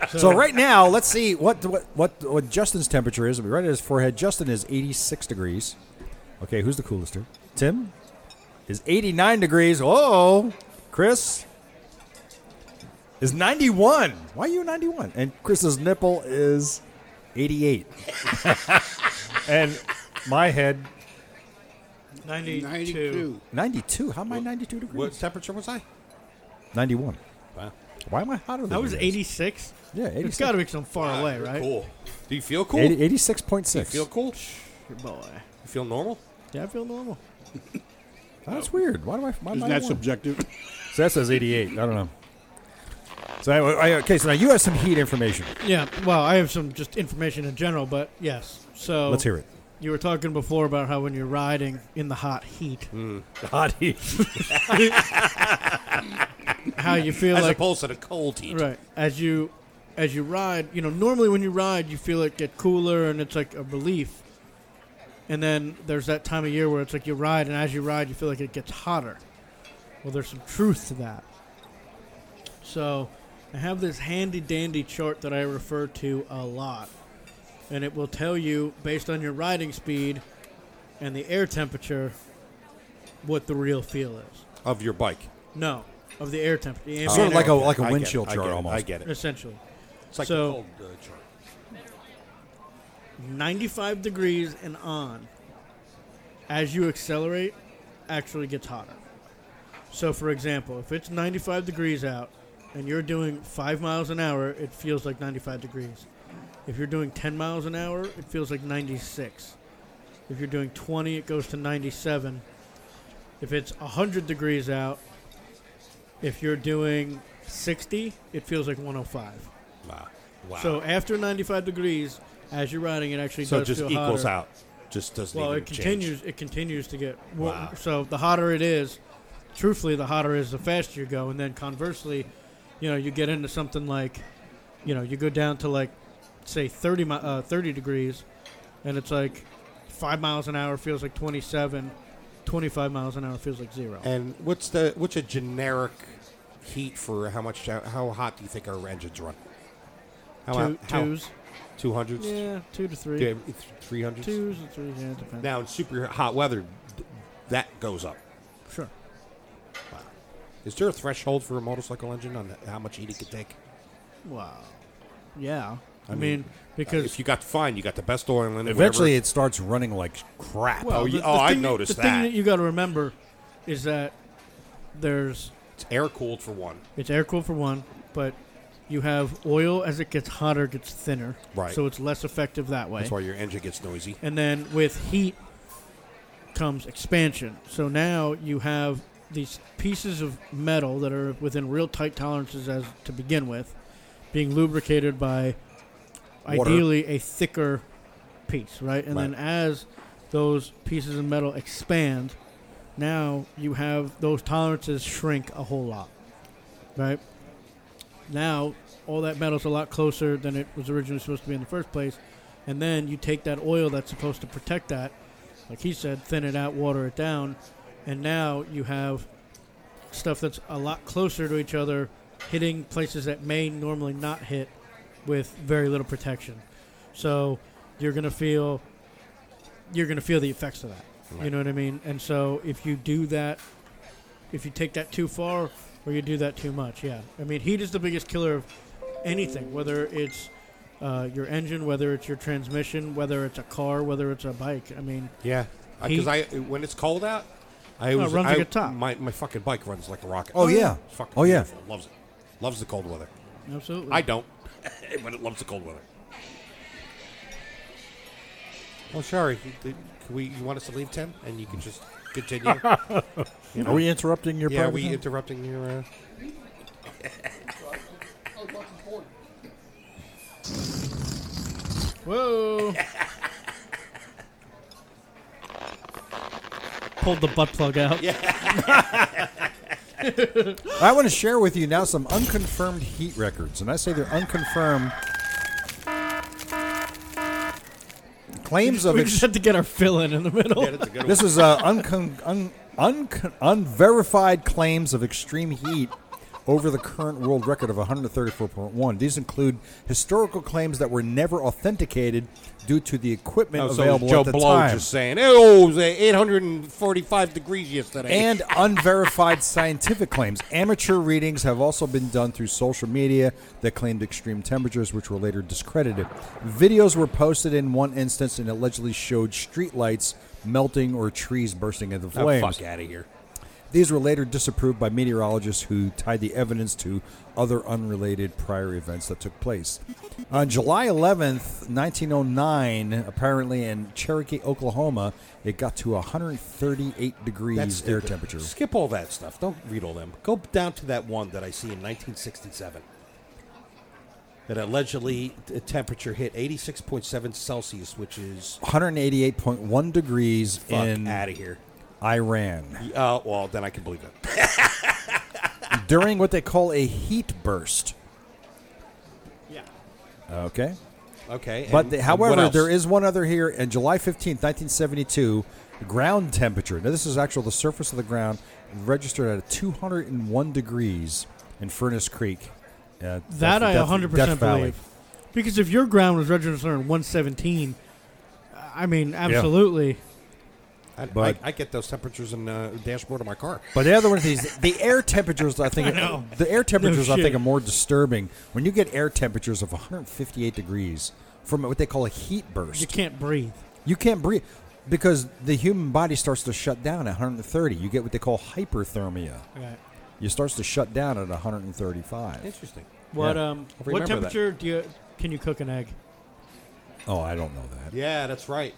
so, right now, let's see what what what, what Justin's temperature is. It'll be right at his forehead. Justin is 86 degrees. Okay, who's the coolest here? Tim is 89 degrees. Oh, Chris is 91. Why are you 91? And Chris's nipple is 88. and my head 92. Ninety-two. 92. How am I 92 degrees? What temperature was I? 91. Wow. Why am I hotter than That was you guys? 86. Yeah, It's 86. got to be some far away, You're right? Cool. Do you feel cool? 80, 86.6. Feel cool? Good boy. You feel normal? Yeah, I feel normal. That's weird. Why do I? Why am Isn't I that one? subjective? so that says 88. I don't know. So anyway, I, okay, so now you have some heat information. Yeah. Well, I have some just information in general, but yes. So Let's hear it. You were talking before about how when you're riding in the hot heat, Hot heat. how you feel As like opposed to the cold heat. right as you as you ride. You know, normally when you ride, you feel it get cooler, and it's like a relief. And then there's that time of year where it's like you ride, and as you ride, you feel like it gets hotter. Well, there's some truth to that. So, I have this handy dandy chart that I refer to a lot, and it will tell you based on your riding speed and the air temperature what the real feel is. Of your bike. No, of the air temperature, the Sort of ambient like a air, like a I get it, windshield I chart get it, almost. I get it. essentially. It's like So- the cold uh, chart. 95 degrees and on, as you accelerate, actually gets hotter. So, for example, if it's 95 degrees out and you're doing 5 miles an hour, it feels like 95 degrees. If you're doing 10 miles an hour, it feels like 96. If you're doing 20, it goes to 97. If it's 100 degrees out, if you're doing 60, it feels like 105. Wow. Wow. So after 95 degrees, as you're riding, it actually So it does just feel equals hotter. out. Just doesn't Well, even it change. continues. It continues to get. Well, Wow. So the hotter it is, truthfully, the hotter it is the faster you go. And then conversely, you know, you get into something like, you know, you go down to like, say 30 mi- uh, 30 degrees, and it's like five miles an hour feels like 27. 25 miles an hour feels like zero. And what's the what's a generic heat for how much how hot do you think our engines run? How Two, twos. Two hundreds. Yeah, two to three. Three hundreds. Twos and threes. Yeah, it depends. Now in super hot weather, th- that goes up. Sure. Is there a threshold for a motorcycle engine on how much heat it can take? Wow. Yeah. I, mean, mean, because If you got fine, you got the best oil in it. Eventually, it starts running like crap. Well, you- oh, I thing- noticed the that. thing that you got to remember is that there's it's air cooled for one. it's air cooled for one, but you have oil as it gets hotter it gets thinner, Right. So it's less effective that way. That's why your engine gets noisy. And then with heat comes expansion. So now you have these pieces of metal that are within real tight tolerances as to begin with, being lubricated by Water. ideally a thicker piece, right? And then Right. as those pieces of metal expand, now you have those tolerances shrink a whole lot, right? Now all that metal's a lot closer than it was originally supposed to be in the first place, and then you take that oil that's supposed to protect that, like he said, thin it out, water it down, and now you have stuff that's a lot closer to each other hitting places that may normally not hit with very little protection. So you're gonna feel you're gonna feel the effects of that. You know what I mean? And so if you do that if you take that too far or you do that too much. Yeah, I mean, heat is the biggest killer of anything, whether it's uh, your engine, whether it's your transmission, whether it's a car, whether it's a bike. I mean, Yeah, because Heat. I when it's cold out, I No, it always runs I- like a top. My my fucking bike runs like a rocket. Oh, yeah. It's fucking Oh, yeah. beautiful. loves it. Loves the cold weather. absolutely. I don't, but it loves the cold weather. Well, Oh, sorry. Can we? You want us to leave ten, and you can just continue. You know? Are we interrupting your? Yeah, are private we time? interrupting your? Uh, Whoa. Pulled the butt plug out. Yeah. I want to share with you now some unconfirmed heat records, and I say they're unconfirmed. Claims of We just ex- had to get our fill in in the middle. that's a good this is uh, uncon- un- uncon- unverified claims of extreme heat over the current world record of 134.1. These include historical claims that were never authenticated due to the equipment Oh, so available Joe at the Blow time. just saying, "Oh, it was 845 degrees yesterday." and unverified scientific claims. Amateur readings have also been done through social media that claimed extreme temperatures, which were later discredited. Videos were posted in one instance and allegedly showed streetlights melting or trees bursting into Oh, flames. fuck out of here. These were later disapproved by meteorologists who tied the evidence to other unrelated prior events that took place. On July 11th, 1909, apparently in Cherokee, Oklahoma, it got to 138 degrees air stupid. temperature. uh, Skip all that stuff. Don't read all them. Go down to that one that I see in 1967. That allegedly the temperature hit 86.7 Celsius, which is 188.1 degrees fuck in out of here. Iran Uh, well, then I can believe it. during what they call a heat burst. Yeah. Okay. Okay. But and- the, and what however, else? there is one other here. In July 15th, 1972, ground temperature. Now, this is actual the surface of the ground registered at 201 degrees in Furnace Creek. uh, That Death- I 100% Death Valley. believe. Because if your ground was registered on 117, I mean, absolutely. I, but- I, I get those temperatures in the dashboard of my car. But the other one is these, the air temperatures. I think the air temperatures. I think shit. are more disturbing when you get air temperatures of 158 degrees from what they call a heat burst. You can't breathe. You can't breathe because the human body starts to shut down at 130. You get what they call hyperthermia. Right. You starts to shut down at 135. Interesting. What Yeah. um? I What remember that. temperature do you can you cook an egg? Oh, I don't know that. Yeah, that's right.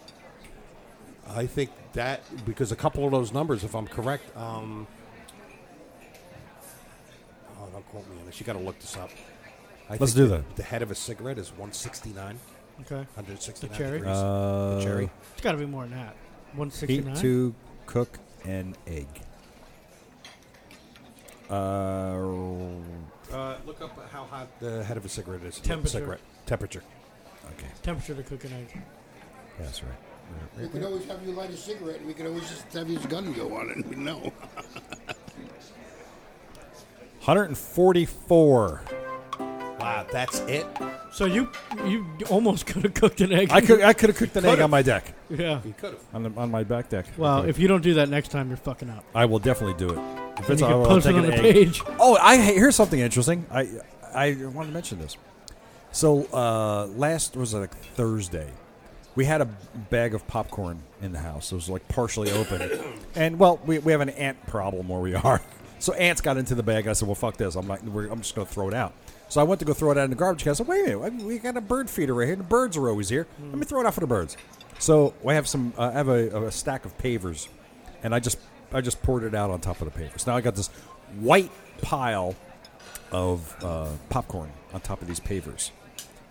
I think that because a couple of those numbers, if I'm correct, um, oh, don't quote me on this. You got to look this up. I Let's think do the- that. The head of a cigarette is 169, Okay, 169 The cherry? degrees. Uh, the cherry. it's got to be more than that. One sixty Heat nine. to cook an egg. Uh, Uh, look up how hot the head of a cigarette is. Temperature. Cigarette. Temperature. okay, Temperature to cook an egg. that's right. We could always have you light a cigarette, and we could always just have his gun go on, and we know. 144. Wow, that's it. So you you almost could have cooked an egg. I could I could have cooked an egg could've. on my deck, yeah. You could have. on, the, on my back deck. Well, Okay. if you don't do that next time, you're fucking up. I will definitely do it. If You all right, can I'll post it take on an the egg. page. Oh, I here's something interesting. I I wanted to mention this. So uh, last was it, like Thursday, we had a bag of popcorn in the house. It was like partially open, and well, we, we have an ant problem where we are. So ants got into the bag. I said, "Well, fuck this. I'm not. We're, I'm just going to throw it out." So I went to go throw it out in the garbage can. I said, "Wait a minute. We got a bird feeder right here. The birds are always here. Let me throw it out for the birds." So I have some. uh, I have a, a stack of pavers and I just I just poured it out on top of the papers. Now I got this white pile of uh, popcorn on top of these pavers,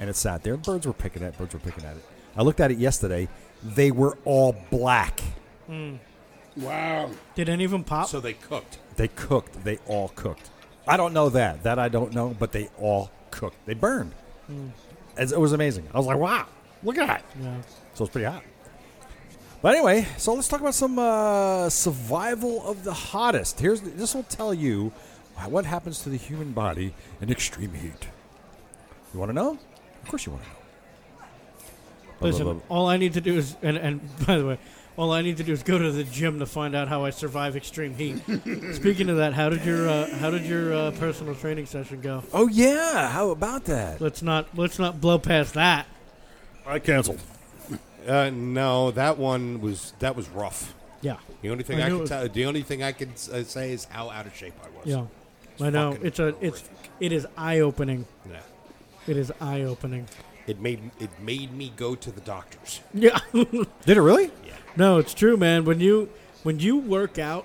and it sat there. Birds were picking at it. Birds were picking at it. I looked at it yesterday. They were all black. Wow. Did any of them pop? So they cooked. They cooked. They all cooked. I don't know that. That I don't know. But they all cooked. They burned. It's- It was amazing. I was like, wow, look at that. Hmm. yeah. So it's pretty hot. But anyway, so let's talk about some uh, survival of the hottest. Here's this will tell you what happens to the human body in extreme heat. You want to know? Of course, you want to know. Blah, blah, Listen, blah. all I need to do is, and, and by the way, All I need to do is go to the gym to find out how I survive extreme heat. Speaking of that, how did your uh, how did your uh, personal training session go? Oh yeah, how about that? Let's not let's not blow past that. I canceled. Uh, no, that one was that was rough. Yeah, The only thing I I, knew could it- tell, the only thing I could s- uh, say is how out of shape I was. yeah. I know fucking it's a it's horrific. it is eye opening. Yeah. It is eye opening. It made it made me go to the doctors. Yeah. Did it really? No, it's true, man. When you when you work out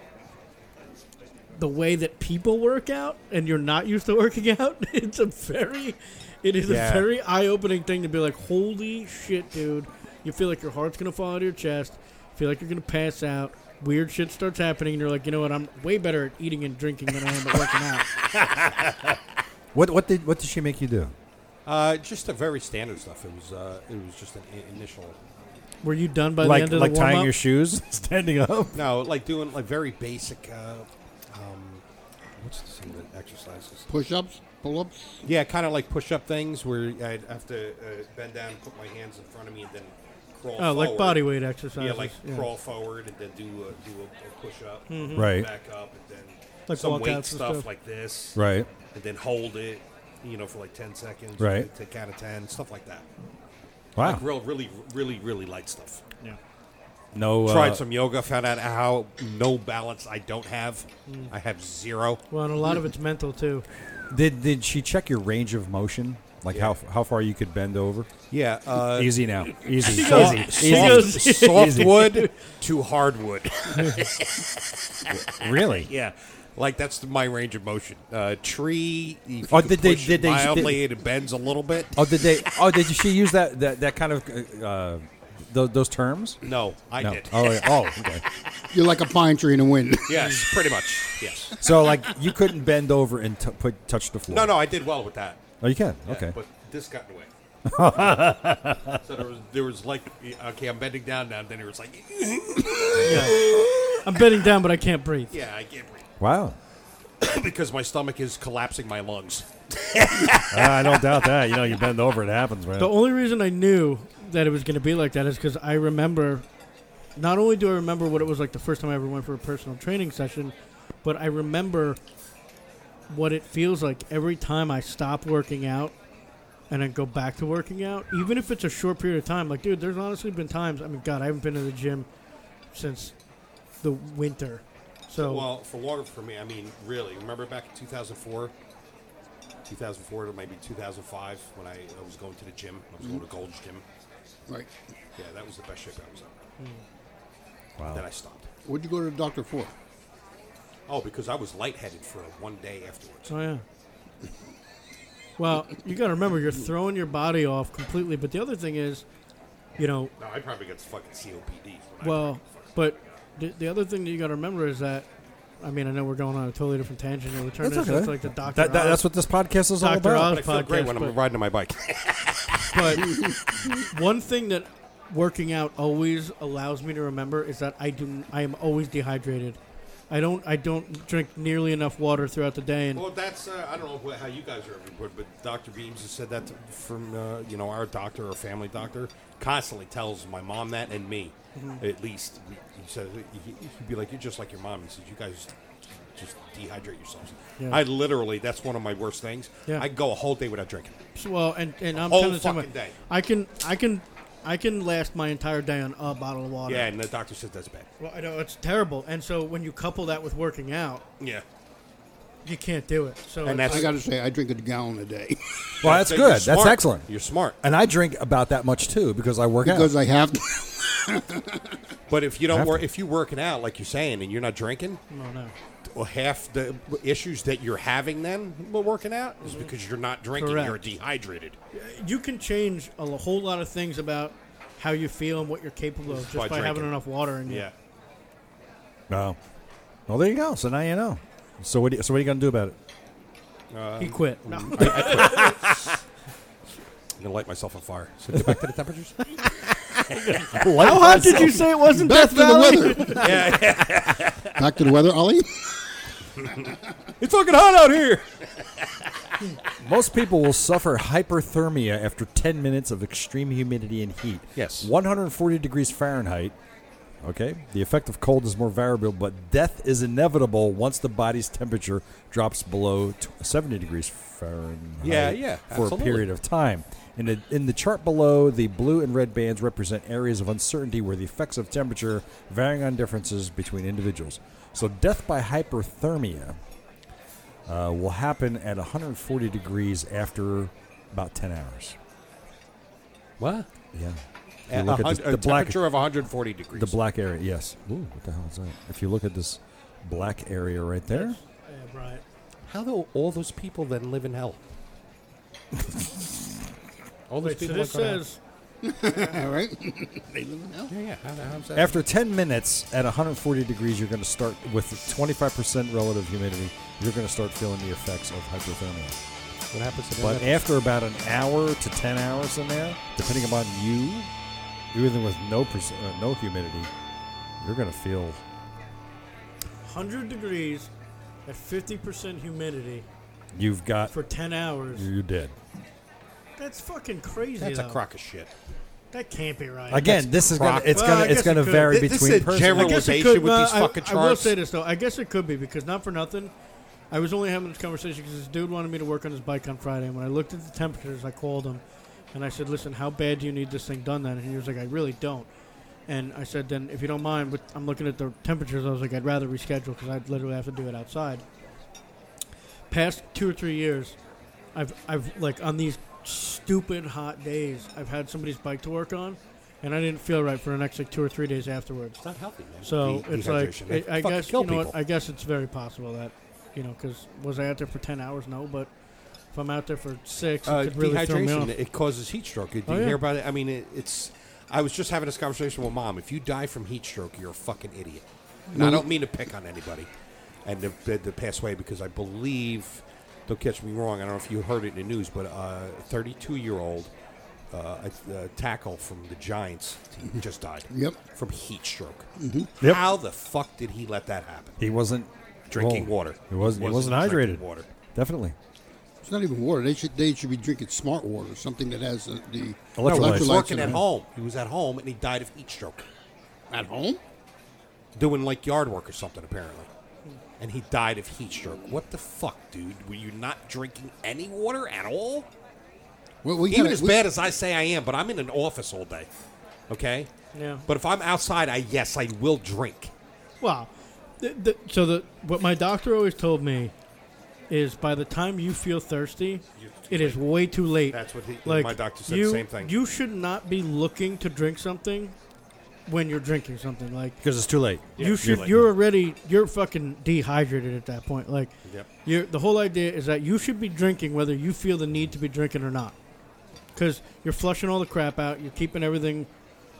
the way that people work out and you're not used to working out, it's a very it is Yeah. a very eye-opening thing to be like, "Holy shit, dude. You feel like your heart's going to fall out of your chest. Feel like you're going to pass out. Weird shit starts happening and you're like, "You know what? I'm way better at eating and drinking than I am at working out." What what did what did she make you do? Uh, just the very standard stuff. It was uh, it was just an i- initial. Were you done by the like end of like the warm-up? tying your shoes, standing up. No, like doing like very basic. Uh, um, what's the some of the exercises? Push-ups, pull-ups. Yeah, kind of like push up things where I'd have to uh, bend down, put my hands in front of me, and then crawl. Oh, like forward. body weight exercises. Mm-hmm. Yeah, like crawl forward and then do a, do a, push up, Right. Back up and then Like some walkouts weight and stuff, stuff. like this, Right. And then hold it, you know, for like ten seconds, Right. To count of ten, stuff like that. Wow. Like real, really, really, really light stuff. Yeah. No. Uh, Tried some yoga, found out how no balance I don't have. I have zero. Well, and a lot of it's mental too. Did did she check your range of motion? Like how how far you could bend over? Yeah, uh, easy now. Easy. goes- Easy. she Easy. goes- Easy. softwood to hardwood. Really? Yeah, like that's my range of motion. Uh, tree. If you Oh, can did they- push did it they- mildly? it bends a little bit. Oh, did they? Oh, did she use that that, that kind of uh, th- those terms? No, I did. Oh, yeah. oh, okay. You're like a pine tree in the wind. Yes, pretty much. Yes. So like you couldn't bend over and t- put touch the floor. No, no, I did well with that. Oh, you can. Yeah, okay. But this got in the way. so there was, there was like, okay, I'm bending down now. And then it was like, I'm bending down, but I can't breathe. yeah, I can't breathe Wow. because my stomach is collapsing my lungs. I don't doubt that. You know, you bend over, it happens, man. The only reason I knew that it was going to be like that is because I remember. Not only do I remember what it was like the first time I ever went for a personal training session, but I remember what it feels like every time I stop working out and then go back to working out, even if it's a short period of time. Like, dude, there's honestly been times. I mean, God, I haven't been to the gym since the winter. So, Well, for longer for me, I mean, really. Remember back in 2004? 2004 to maybe 2005 when I, I was going to the gym. I was going to Gold's Gym. Right. Yeah, that was the best shape I was in. Wow. Then I stopped. What'd you go to the doctor for? Oh, because I was lightheaded for one day afterwards. Oh yeah. Well, you got to remember you're throwing your body off completely. But the other thing is, you know, No, I probably got fucking COPD. when I well, fucking- but the, the other thing that you got to remember is that, I mean, I know we're going on a totally different tangent here. We're turning That's this okay. into like the doctor. That, that, that's Oz- what this podcast is all Dr. about. Oz. But I feel great podcast, when but- I'm riding on my bike. But one thing that working out always allows me to remember is that I do I am always dehydrated. I don't I don't drink nearly enough water throughout the day, and Well, that's uh, I don't know what, how you guys are everywhere, but Doctor Beams has said that to, from uh, you know our doctor or family doctor constantly tells my mom that and me Mm-hmm. at least. He says he, he'd be like, "You're just like your mom." He says, "You guys just dehydrate yourselves." Yeah. I literally that's one of my worst things. Yeah. I go a whole day without drinking. Well, and, and I'm whole kind of talking fucking day. I can I can I can last my entire day on a bottle of water. Yeah, and the doctor says that's bad. Well, I know it's terrible, and so when you couple that with working out, Yeah, you can't do it. So and it's- that's I got to say, I drink a gallon a day Well, that's that good. you're That's smart. excellent. You're smart, And I drink about that much too because I work because out. I have to. but if you don't Have work, to. if you're working out like you're saying and you're not drinking, oh, no, no. well, half the issues that you're having then while working out is because you're not drinking, Correct. you're dehydrated. You can change a l- whole lot of things about how you feel and what you're capable of just by, by having drinking. enough water. And Yeah. No. Well, there you go. So now you know. So what? Do you, so what are you gonna do about it? he quit. No. I'm gonna light myself on fire. So get back to the temperatures. How hot did you say it wasn't Death Back to the Valley? weather. yeah, Back to the weather, Ollie. it's fucking hot out here. Most people will suffer hyperthermia after 10 minutes of extreme humidity and heat. Yes. 140 degrees Fahrenheit Okay. The effect of cold is more variable, but death is inevitable once the body's temperature drops below t- 70 degrees Fahrenheit. Yeah, yeah, For absolutely. a period of time. In the, in the chart below, the blue and red bands represent areas of uncertainty where the effects of temperature varying on differences between individuals. So, death by hyperthermia uh, will happen at 140 degrees after about 10 hours. What? Yeah. If you At look at 100 this- a uh, the black- temperature of 140 degrees. the black area, yes. Ooh, what the hell is that? If you look at this black area right there, Yeah, right. How do all those people then live in hell? all those Wait, so people this that go to hell. says All right. they live in hell. Yeah, yeah. How, how's that? after 10 minutes at 140 degrees, you're going to start with 25% relative humidity. You're going to start feeling the effects of hypothermia. what happens to them? But after about an hour to 10 hours in there, depending upon you, even with no perc- uh, no humidity, you're going to feel 100 degrees at 50% humidity you've got for 10 hours. you're dead. That's fucking crazy. That's a though. crock of shit. That can't be right. Again, this is going crock- to it's Well, I going to guess it's going to it could. vary Th- this between is a person. general- I guess it generalization could. with well, these I- fucking I will charts. say this though. I guess it could be because not for nothing. I was only having this conversation because this dude wanted me to work on his bike on Friday. And when I looked at the temperatures, I called him, and I said, "Listen, how bad do you need this thing done?" Then and he was like, "I really don't." And I said, "Then if you don't mind, with, I'm looking at the temperatures." I was like, "I'd rather reschedule because I'd literally have to do it outside." Past two or three years, I've I've like on these stupid hot days, I've had somebody's bike to work on, and I didn't feel right for the next like two or three days afterwards. It's not healthy, man. So De- it's like dehydration. They I, I fucking guess kill you know what, people. I guess it's very possible that you know because was I out there for ten hours? No, but if I'm out there for six, uh, it could really throw me dehydration off. it causes heat stroke. Did you Oh, yeah. hear about it? I mean, it, it's. I was just having this conversation with mom. If you die from heat stroke, you're a fucking idiot. And I don't mean to pick on anybody, and to, to, to pass away because I believe. Don't catch me wrong. I don't know if you heard it in the news, but uh, a 32 year old uh, a, a tackle from the Giants Mm-hmm. he just died. Yep. From heat stroke. Yep. How the fuck did he let that happen? He wasn't Drinking Oh. well, water. He wasn't. He wasn't, drinking hydrated. Water. Definitely. It's not even water. They should they should be drinking smart water, something that has the, the No, No, he Electrolytes was in working in at it. home. He was at home and he died of heat stroke. At home? doing like yard work or something apparently and he died of heat stroke what the fuck dude were you not drinking any water at all Well, we even gotta- as we- bad as i say i am but i'm in an office all day okay Yeah. but if i'm outside i yes i will drink Wow. The, the, so the what my doctor always told me is by the time you feel thirsty, it is way too late. That's what he- like, my doctor said the you, same thing. You should not be looking to drink something when you're drinking something. Like Because it's too late. you you're should like- you're already you're fucking dehydrated at that point. Like Yep. you're, the whole idea is that you should be drinking whether you feel the need to be drinking or not, because you're flushing all the crap out. You're keeping everything,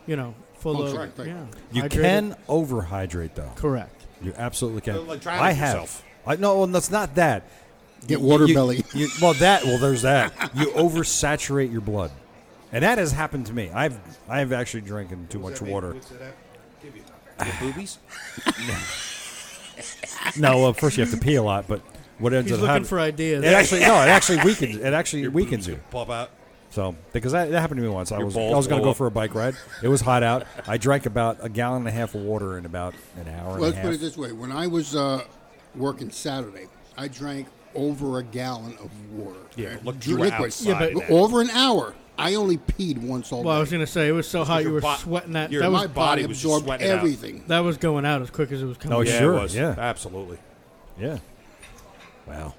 you know, full Oh, of right, right. yeah. You hydrated. can overhydrate though. correct. You absolutely can. Well, like, drown I have. yourself. I, no, well, that's not that. Get water You- belly. you- well, that. Well, there's that. You oversaturate your blood, and that has happened to me. I've I've actually drinking too much water. The boobies No, well, first you have to pee a lot, but what ends He's up looking happening? for ideas. it actually no, it actually weakens. It actually weakens you. pop out So because that, that happened to me once, I was I balls was going to blow go up. for a bike ride. It was hot out. I drank about a gallon and a half of water in about an hour and Well, let's put a it half. this way: when I was uh, working Saturday, I drank over a gallon of water. Yeah, Okay? but look, you were outside Yeah, but- now. over an hour. I only peed once all Well, I was day. gonna say it was so hot you your were bo- sweating that. your That My was, mind- body body was just absorbed sweating it out. everything. that was going out as quick as it was coming. Oh, in. yeah. yeah, Sure, it was. yeah. absolutely Yeah. Wow.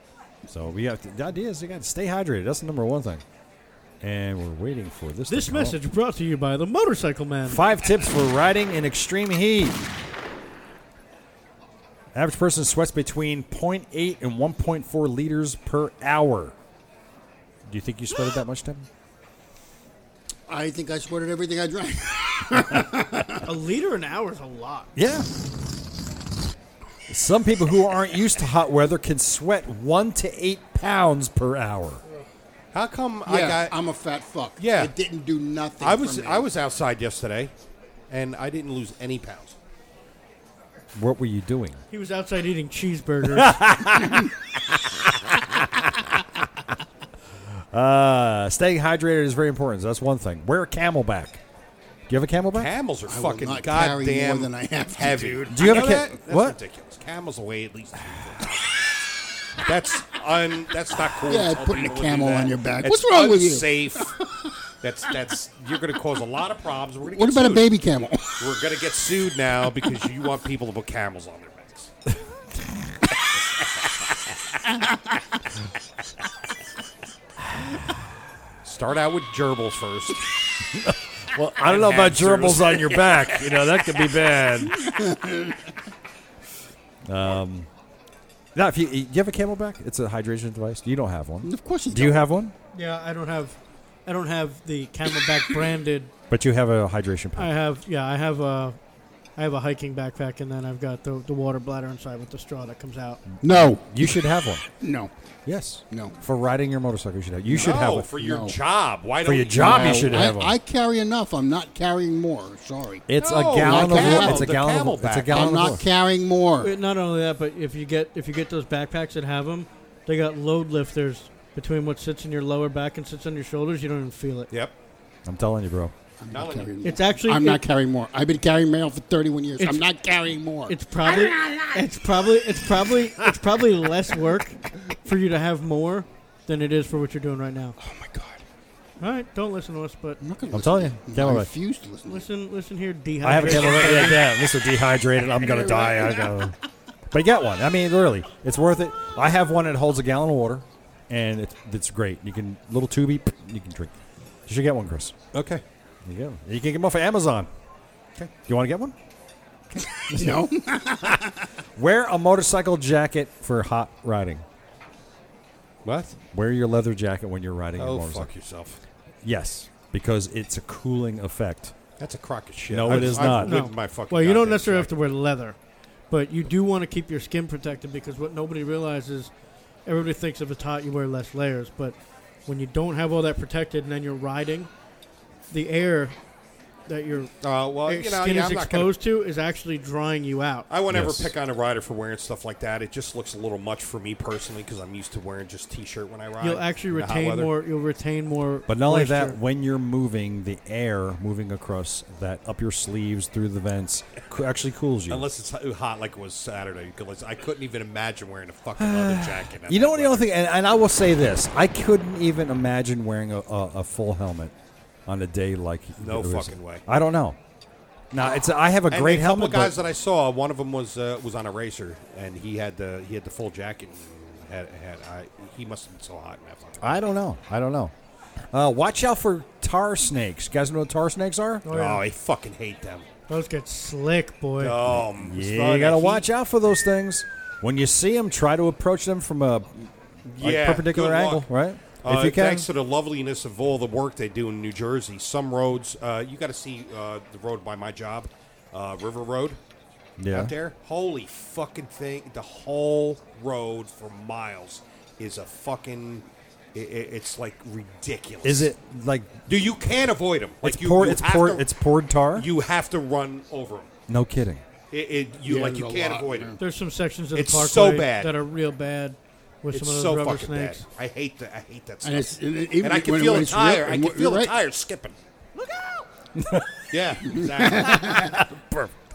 So we got the idea is you got to stay hydrated. That's the number one thing. And we're waiting for this. This to come up. message brought to you by the Motorcycle Man. Five tips for riding in extreme heat. Average person sweats between 0.8 and 1.4 liters per hour. Do you think you sweated that much, Tim? I think I sweated everything I drank. a liter an hour is a lot. Yeah. Some people who aren't used to hot weather can sweat one to eight pounds per hour. how come i yeah, got I'm a fat fuck. Yeah. it didn't do nothing. i for was me. i was outside yesterday and i didn't lose any pounds What were you doing? He was outside eating cheeseburgers. Uh, staying hydrated is very important. That's one thing. Wear a camelback. Do you have a camelback? Camels are will fucking not goddamn carry more than I have to, heavy. dude. Do you I have a know ca- that? That's what? ridiculous. Camels weigh at least. three, four pounds. that's un. That's not cool. Yeah, to tell putting a people to do camel that. on your back. It's What's wrong with you? unsafe. That's that's. You're going to cause a lot of problems. We're gonna What get about a sued. baby camel? We're going to get sued now because you want people to put camels on their backs. Start out with gerbils first. Well, I don't know about hamsters. gerbils on your back. You know that could be bad. No, Um, if you, do you have a camelback? It's a hydration device. You don't have one. of course you Do you have one? Yeah, I don't have, I don't have the Camelback branded. But you have a hydration I pack. have, yeah, I have a, I have a hiking backpack, and then I've got the, the water bladder inside with the straw that comes out. No, You should have one. no, Yes. no. For riding your motorcycle, you should have. You should have No, one. Oh, for your No. job. Why For don't your job, you No. should have I, one. I carry enough. I'm not carrying more. Sorry. it's No, a gallon the of water. camel- It's a the gallon of It's a camelback. gallon I'm of not water. carrying more. But Uh, not only that, but if you get if you get those backpacks that have them, they got load lifters between what sits in your lower back and sits on your shoulders. You don't even feel it. Yep. I'm telling you, bro. I'm not Not carrying more. It's actually I'm not it- carrying more. I've been carrying mail for 31 years. It's- I'm not carrying more. It's probably it's probably it's probably it's probably less work for you to have more than it is for what you're doing right now. oh my god. All right, don't listen to us, but I'm, not gonna I'm listen telling to you, I camelback. refuse to listen. to it. listen listen here, dehydrated. I have a camelback. yeah, yeah. This is dehydrated. I'm gonna die. I know. But get one. I mean, really, it's worth it. I have one that holds a gallon of water, and it's, it's great. You can little tubey. You can drink. You should get one, Chris. Okay. You get one. You can get them off of Amazon. Okay. You want to get one? No, Wear a motorcycle jacket for hot riding. What? Wear your leather jacket when you're riding a Oh, motorcycle. fuck yourself. Yes, because it's a cooling effect. That's a crock of shit. No, it is not. No. No. My fucking well, you don't goddamn necessarily have jacket. to wear leather, but you do want to keep your skin protected because what nobody realizes, everybody thinks if it's hot you wear less layers, but when you don't have all that protected and then you're riding, the air that your Uh, well, your you know, skin yeah, is I'm not gonna, exposed to is actually drying you out. I won't Yes. ever pick on a rider for wearing stuff like that. It just looks a little much for me personally because I'm used to wearing just t-shirt when I ride. You'll actually in the hot retain weather. more. You'll retain more. But not only moisture. that, when you're moving, the air moving across that up your sleeves through the vents co- actually cools you. Unless it's ho- hot like it was Saturday, because I couldn't even imagine wearing a fucking leather jacket. in you that know what the weather. other thing, and, and I will say this: I couldn't even imagine wearing a, a, a full helmet on a day like No it was- fucking way. I don't know. No, it's I have a And great a couple helmet. of guys that I saw, one of them was uh, was on a racer, and he had the he had the full jacket. and Had, had I, he must have been so hot in that fucking. I don't know. I don't know. Uh, watch out for tar snakes. You guys know what tar snakes are? Oh, Oh, yeah. I fucking hate them. those get slick, boy. Oh, Yeah, you got to watch out for those things. When you see them, try to approach them from a like, Yeah, perpendicular good luck. angle, right? Uh, if you can. Thanks to the loveliness of all the work they do in New Jersey, some roads uh, you got to see uh, the road by my job, uh, River Road yeah. out there. Holy fucking thing! The whole road for miles is a fucking. i i it's like ridiculous. Is it like Do you can't avoid them? Like it's you, poured? you it's have poured. to- it's poured tar. You have to run over them. no kidding. It, it you Yeah, like you there's a can't lot, avoid man. them. There's some sections of the It's parkway so bad. that are real bad with It's some of those so rubber fucking snakes. bad. I hate that. I hate that stuff. and it's and, it- and even I can when, feel when the it's tire. real- I and can when- feel you're the right. tire skipping. Look out! yeah, exactly.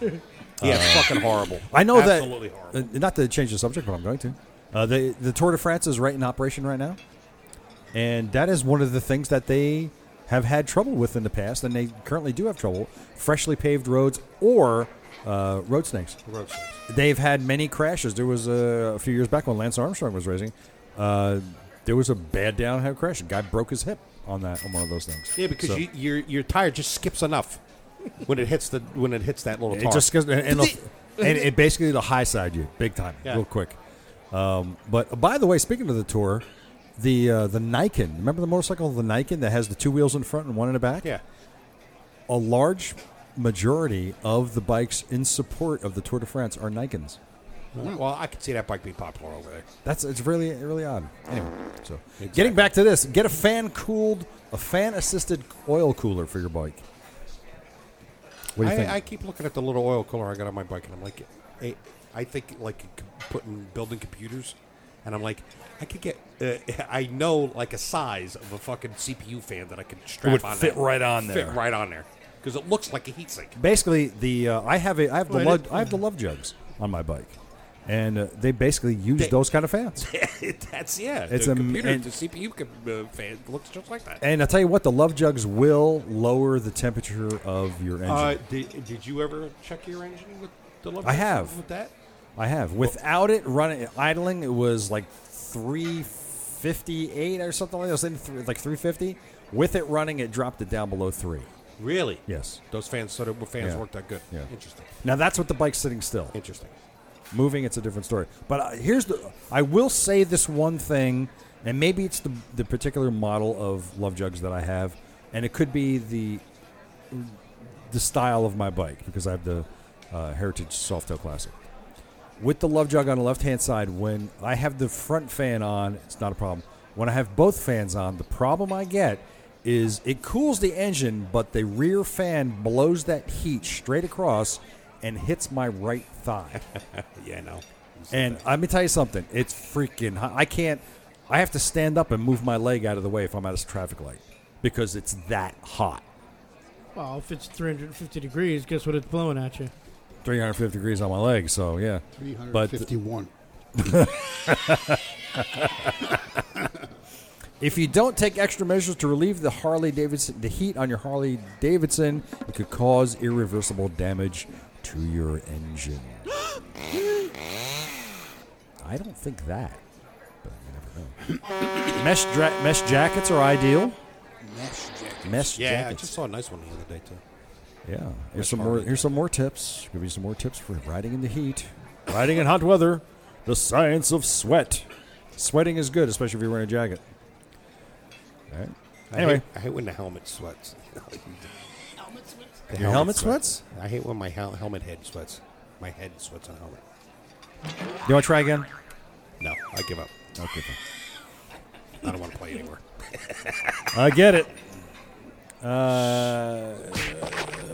yeah, it's fucking horrible. I know Absolutely that. horrible. uh, not to change the subject, but I'm going to. Uh, the the Tour de France is right in operation right now, and that is one of the things that they have had trouble with in the past, and they currently do have trouble: freshly paved roads or uh, road snakes. Road trips. they've had many crashes. There was a, a few years back when Lance Armstrong was racing. Uh, there was a bad downhill crash. A guy broke his hip on that on one of those things. Yeah, because So- you, your your tire just skips enough when it hits the when it hits that little it tar. just goes, and, and, and it basically it'll high side you big time, Yeah. real quick. Um, but by the way, speaking of the tour, the uh, the Nikon. Remember the motorcycle, the Nikon that has the two wheels in front and one in the back. yeah. a large majority of the bikes in support of the Tour de France are Nikons. Well, I could see that bike being popular over there. That's it's really really odd. Anyway, so getting back to this, get a fan cooled, a fan assisted oil cooler for your bike. What do you I, think? I keep looking at the little oil cooler I got on my bike, and I'm like, I, I think like c- putting building computers, and I'm like, I could get, uh, I know like a size of a fucking CPU fan that I could strap would on. fit there. right on there. Fit right on there. because it looks like a heat sink. Basically, the uh, I have a I have the Well, it love, is- I have the love jugs on my bike, and uh, they basically use They- those kind of fans. That's yeah. It's the am- computer, and- the CPU com- uh, fan looks just like that. And I'll tell you what, the love jugs will lower the temperature of your engine. Uh, did, did you ever check your engine with the level? I have. with that. I have. Without it running idling, it was like three fifty eight or something like that. It was in three- like three fifty. With it running, it dropped it down below three. Really? Yes. Those fans, so the fans Yeah. work that good. Yeah. Interesting. Now that's with the bike sitting still. Interesting. Moving, it's a different story. But uh, here's the. I will say this one thing, and maybe it's the the particular model of love jugs that I have, and it could be the the style of my bike because I have the uh, Heritage Softail Classic. With the love jug on the left hand side, when I have the front fan on, it's not a problem. When I have both fans on, the problem I get is it cools the engine, but the rear fan blows that heat straight across and hits my right thigh. Yeah, no. And let me tell you something. It's freaking. hot. I can't. I have to stand up and move my leg out of the way if I'm at a traffic light because it's that hot. Well, if it's 350 degrees, guess what it's blowing at you? 350 degrees on my leg. So yeah. But 351. if you don't take extra measures to relieve the Harley Davidson, the heat on your Harley Davidson, it could cause irreversible damage to your engine. I don't think that. But you never know. mesh dra- mesh jackets are ideal. Mesh jacket. Mesh Yeah, I jackets. just saw a nice one the other day too. Yeah. Here's some hard more. to Here's some more tips. Give you some more tips for riding in the heat, riding in hot weather, the science of sweat. Sweating is good, especially if you're wearing a jacket. All right. I Anyway, hate, I hate when the helmet sweats. helmet sweats. Your helmet I hate when my hel- helmet head sweats. My head sweats on helmet. you want to try again? No, I give up. Okay. fine. I don't want to play anymore. I get it. Uh,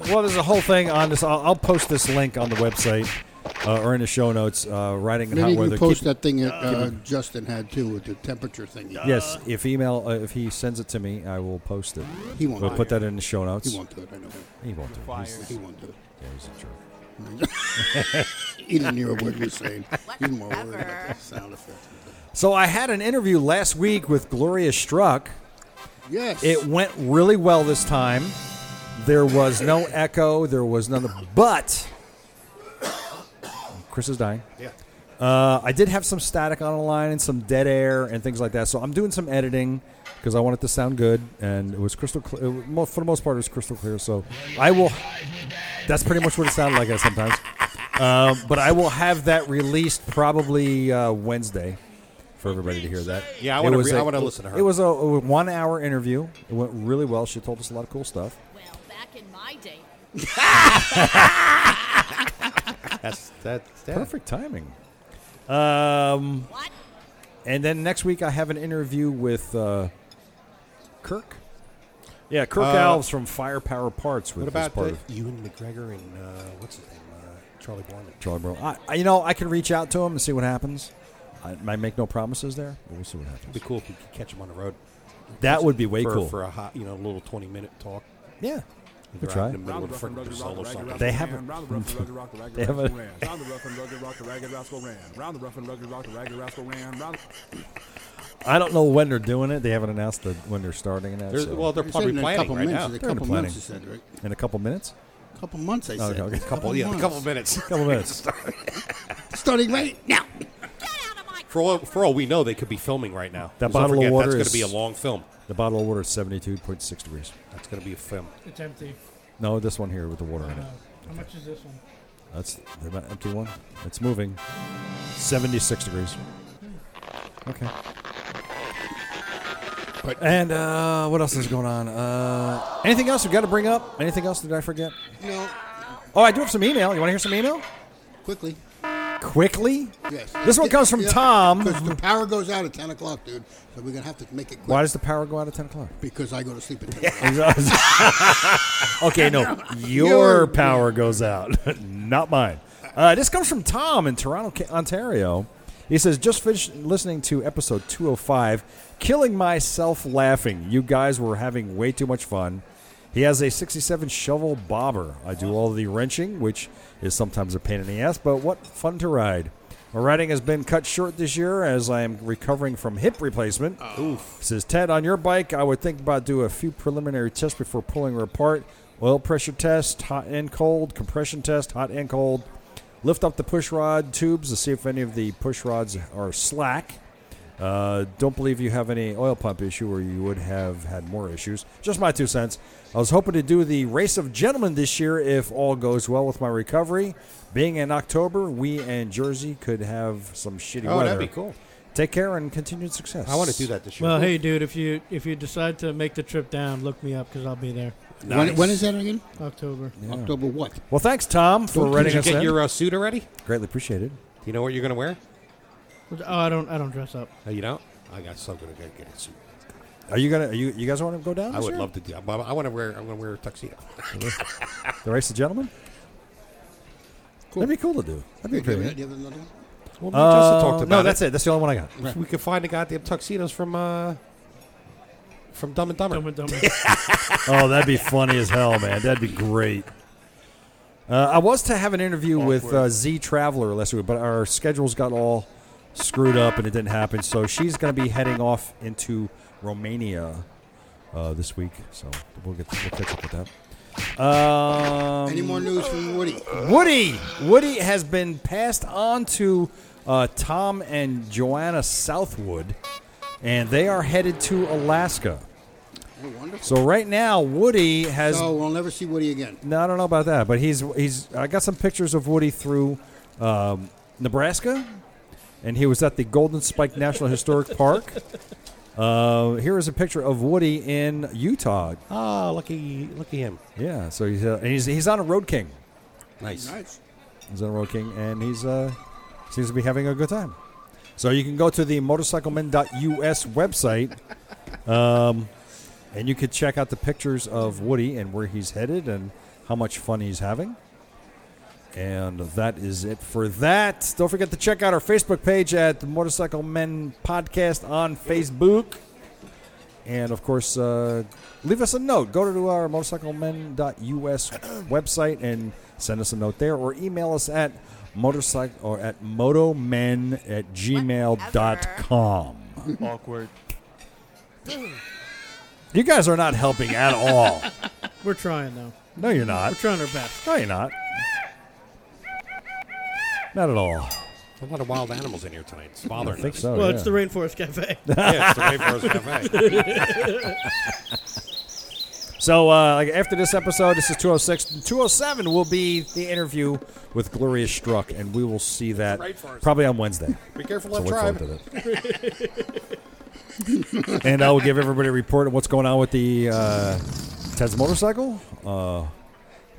well, there's a whole thing on this. I'll, I'll post this link on the website uh, or in the show notes. Uh, riding in Maybe hot you weather. can post Keep- that thing that uh, Justin had too with the temperature thing. Yes, if email uh, if he sends it to me, I will post it. He won't We'll do put it. that in the show notes. He won't do it. I know him. He won't do it. He's, He won't do it. yeah, he's a jerk. He didn't hear a word you were saying. He's more worried about the sound effects. So I had an interview last week with Gloria Struck. Yes. It went really well this time. There was no echo. There was none. But Chris is dying. Yeah. Uh, I did have some static on the line and some dead air and things like that. So I'm doing some editing because I want it to sound good. And it was crystal clear. For the most part, it was crystal clear. So I will. That's pretty much what it sounded like sometimes. Um, but I will have that released probably uh, Wednesday for everybody to hear that. Yeah, I It wanna was re- I a- wanna listen to her. It was a, a one hour interview. It went really well. She told us a lot of cool stuff. Well, back in my day, That's that. Perfect timing. Um, what? And then next week I have an interview with uh, Kirk. Yeah, Kirk Uh, Alves from Firepower Parts. With What this about part the, of Ewan McGregor and uh, what's his name? Uh, Charlie Borman. Charlie Brown? I, I- you know, I can reach out to him and see what happens. I, I make no promises there, but we'll see what happens. It'd be cool if you could catch him on the road. That would be way for, cool. for a hot, you know, little twenty-minute talk. yeah, If We'll they're out try. in the middle of frickin' Brazil or something. They haven't- they haven't- I don't know when they're doing it. They haven't announced the, when they're starting and that. They're, so- well, they're They said probably in a planning couple right minutes. now. A They're in couple planning. months, you said, right? in a couple minutes. A couple months, I said. okay. A Couple, yeah, a months. couple minutes. Couple minutes. Starting right now. Get out of my For all, for all we know, they could be filming right now. That 'Cause don't bottle of forget, water That's is- going to be a long film. the bottle of water is seventy-two point six degrees. That's going to be a film. It's empty. No, this one here with the water in it. how much is this one? That's the empty one. It's moving. 76 degrees. Okay. But and uh, what else is going on? Uh, anything else we got to bring up? Anything else did I forget? No, Oh, I do have some email. You want to hear some email? quickly. Quickly. Yes. This one comes from Tom. Because the power goes out at 10 o'clock, dude. So we're going to have to make it quick Why does the power go out at 10 o'clock? because I go to sleep at 10 o'clock. okay, no, your power goes out, not mine. Uh, this comes from Tom in Toronto, Ca- Ontario. He says, "Just finished listening to episode 205, killing myself laughing. You guys were having way too much fun." He has a 67 shovel bobber. I do all the wrenching, which is sometimes a pain in the ass, but what fun to ride. My riding has been cut short this year as I am recovering from hip replacement. Oof. Says Ted, on your bike, I would think about do a few preliminary tests before pulling her apart. Oil pressure test, hot and cold, compression test, hot and cold. Lift up the push rod tubes to see if any of the push rods are slack. Uh, don't believe you have any oil pump issue, or you would have had more issues. Just my two cents. I was hoping to do the race of gentlemen this year if all goes well with my recovery. Being in October, we and Jersey could have some shitty Oh, weather. that'd be cool. Take care and continued success. I want to do that this year. Well, hey, dude, if you if you decide to make the trip down, look me up because I'll be there. When, when is that again? October. October what? Well, thanks, Tom, for Did writing Did you us get in. your uh, suit already? Do Greatly appreciated. you know what you're going to wear? Oh, I don't I don't dress up. No, you don't. I got so going to get, get a suit. Are you gonna? Are you you guys want to go down? I this would year? love to do. I, I want to wear. I'm going to wear a tuxedo. the race of gentlemen. That'd be cool to do. That'd be Okay, great. do you have another Well, one? me and Justin Uh, talked about no, it. that's it. That's the only one I got. If we could find the goddamn tuxedos from uh from Dumb and Dumber. Dumb and dumber. Oh, that'd be funny as hell, man. That'd be great. Uh, I was to have an interview with uh, Z Traveler last week, but our schedules got all screwed up and it didn't happen. So she's going to be heading off into Romania uh, this week. So we'll get we'll catch up with that. Um, uh, Any more news from Woody? Woody. Woody has been passed on to uh, Tom and Joanna Southwood, and they are headed to Alaska. Oh, wonderful. So right now, Woody has So we'll never see Woody again. no, I don't know about that, but he's he's. I got some pictures of Woody through um, Nebraska, and he was at the Golden Spike National Historic Park. Uh, here is a picture of Woody in Utah. Ah, lucky, lucky him. Yeah, so he's uh, and he's he's on a Road King. Nice. Nice. He's on a Road King, and he's uh, seems to be having a good time. So you can go to the motorcyclemen.us website, um, and you could check out the pictures of Woody and where he's headed and how much fun he's having. And that is it for that. Don't forget to check out our Facebook page at the Motorcycle Men Podcast on Facebook. And of course, uh, leave us a note. Go to our motorcyclemen.us website and send us a note there or email us at motorcycle or at motomen at gmail.com. Awkward. You guys are not helping at all. We're trying though. No, you're We're not. trying our best. No, you're not. Not at all. A lot of wild animals in here tonight. It's bothering I think us. so. well, yeah. it's the Rainforest Cafe. yeah, it's the Rainforest Cafe. So, uh, like after this episode, this is 206. and 207 will be the interview with Gloria Struck, and we will see that Right for us. probably on Wednesday. Be careful, So that look tribe. forward to that. and I will give everybody a report of what's going on with the uh, Ted's motorcycle, uh,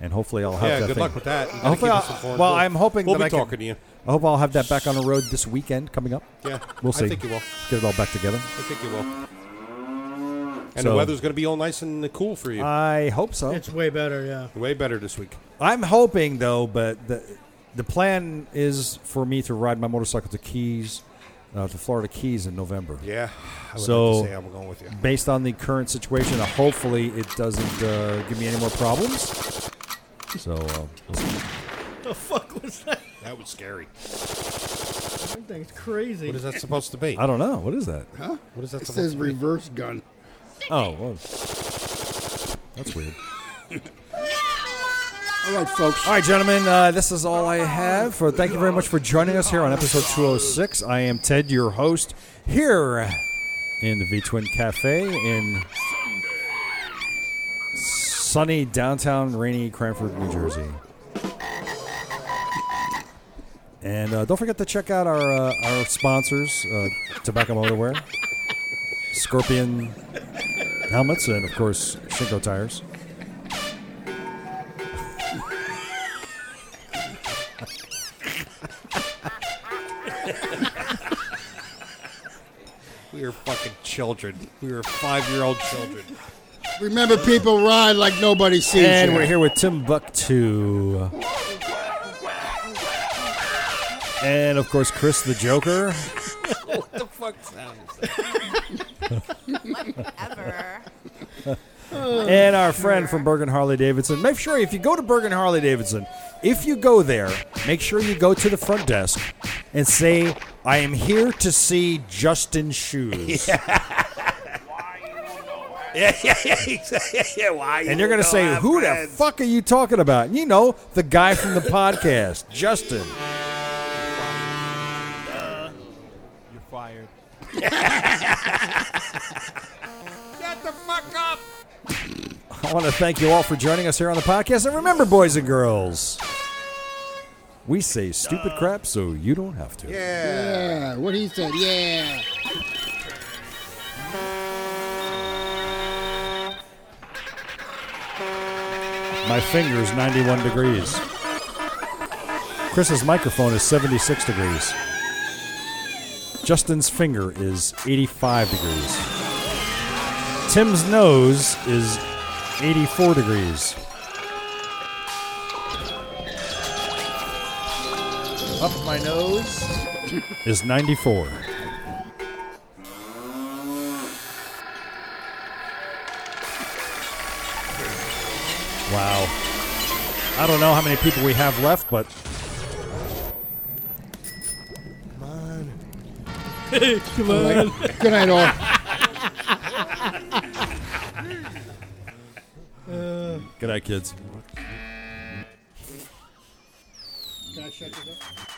and hopefully I'll have Yeah, that good thing- luck with that. You gotta Hopefully, keep us I'll- informed. well, We'll- I'm hoping we'll that be I can- talking to you. I hope I'll have that back on the road this weekend coming up. Yeah, We'll see. I think you will. Get it all back together. I think you will. And So- the weather's going to be all nice and cool for you. I hope so. It's way better, yeah. Way better this week. I'm hoping though, but the the plan is for me to ride my motorcycle to Keys, uh, to Florida Keys in November. Yeah. I would So- like to say I'm going with you. Based on the current situation, uh, hopefully it doesn't uh, give me any more problems. So uh, we'll see. The fuck was that? That was scary. That thing's crazy. What is that supposed to be? I don't know what is that. What is that It supposed says to be? reverse gun. Oh, well, that's weird. All right, folks. All right, gentlemen, uh, this is all I have. For, thank you very much for joining us here on episode 206. I am Ted, your host, here in the V Twin Cafe in sunny downtown rainy Cranford, New Jersey. And uh, don't forget to check out our uh, our sponsors, uh, Tobacco Motorwear, Scorpion helmets, and of course Shinko tires. We were fucking children. We were five year old children. Remember, people ride like nobody sees And you. we're here with Timbuktu. And of course, Chris the Joker. what the fuck sounds? Ever. and our friend from Bergen Harley Davidson. Make sure if you go to Bergen Harley Davidson, if you go there, make sure you go to the front desk and say, "I am here to see Justin Shoes," Yeah, yeah, yeah, yeah. Why? and they're going to say, "Who the fuck are you talking about?" And you know, the guy from the podcast, Justin. You're fired. Get the fuck up! I want to thank you all for joining us here on the podcast. And remember, boys and girls, we say stupid crap so you don't have to. Yeah, Uh, what he said. Yeah. My finger's 91 degrees. Chris's microphone is 76 degrees. Justin's finger is 85 degrees. Tim's nose is 84 degrees. Up my nose. Is 94. Wow. I don't know how many people we have left, but Come on. Good night, all. good night, kids. Can I shut it up?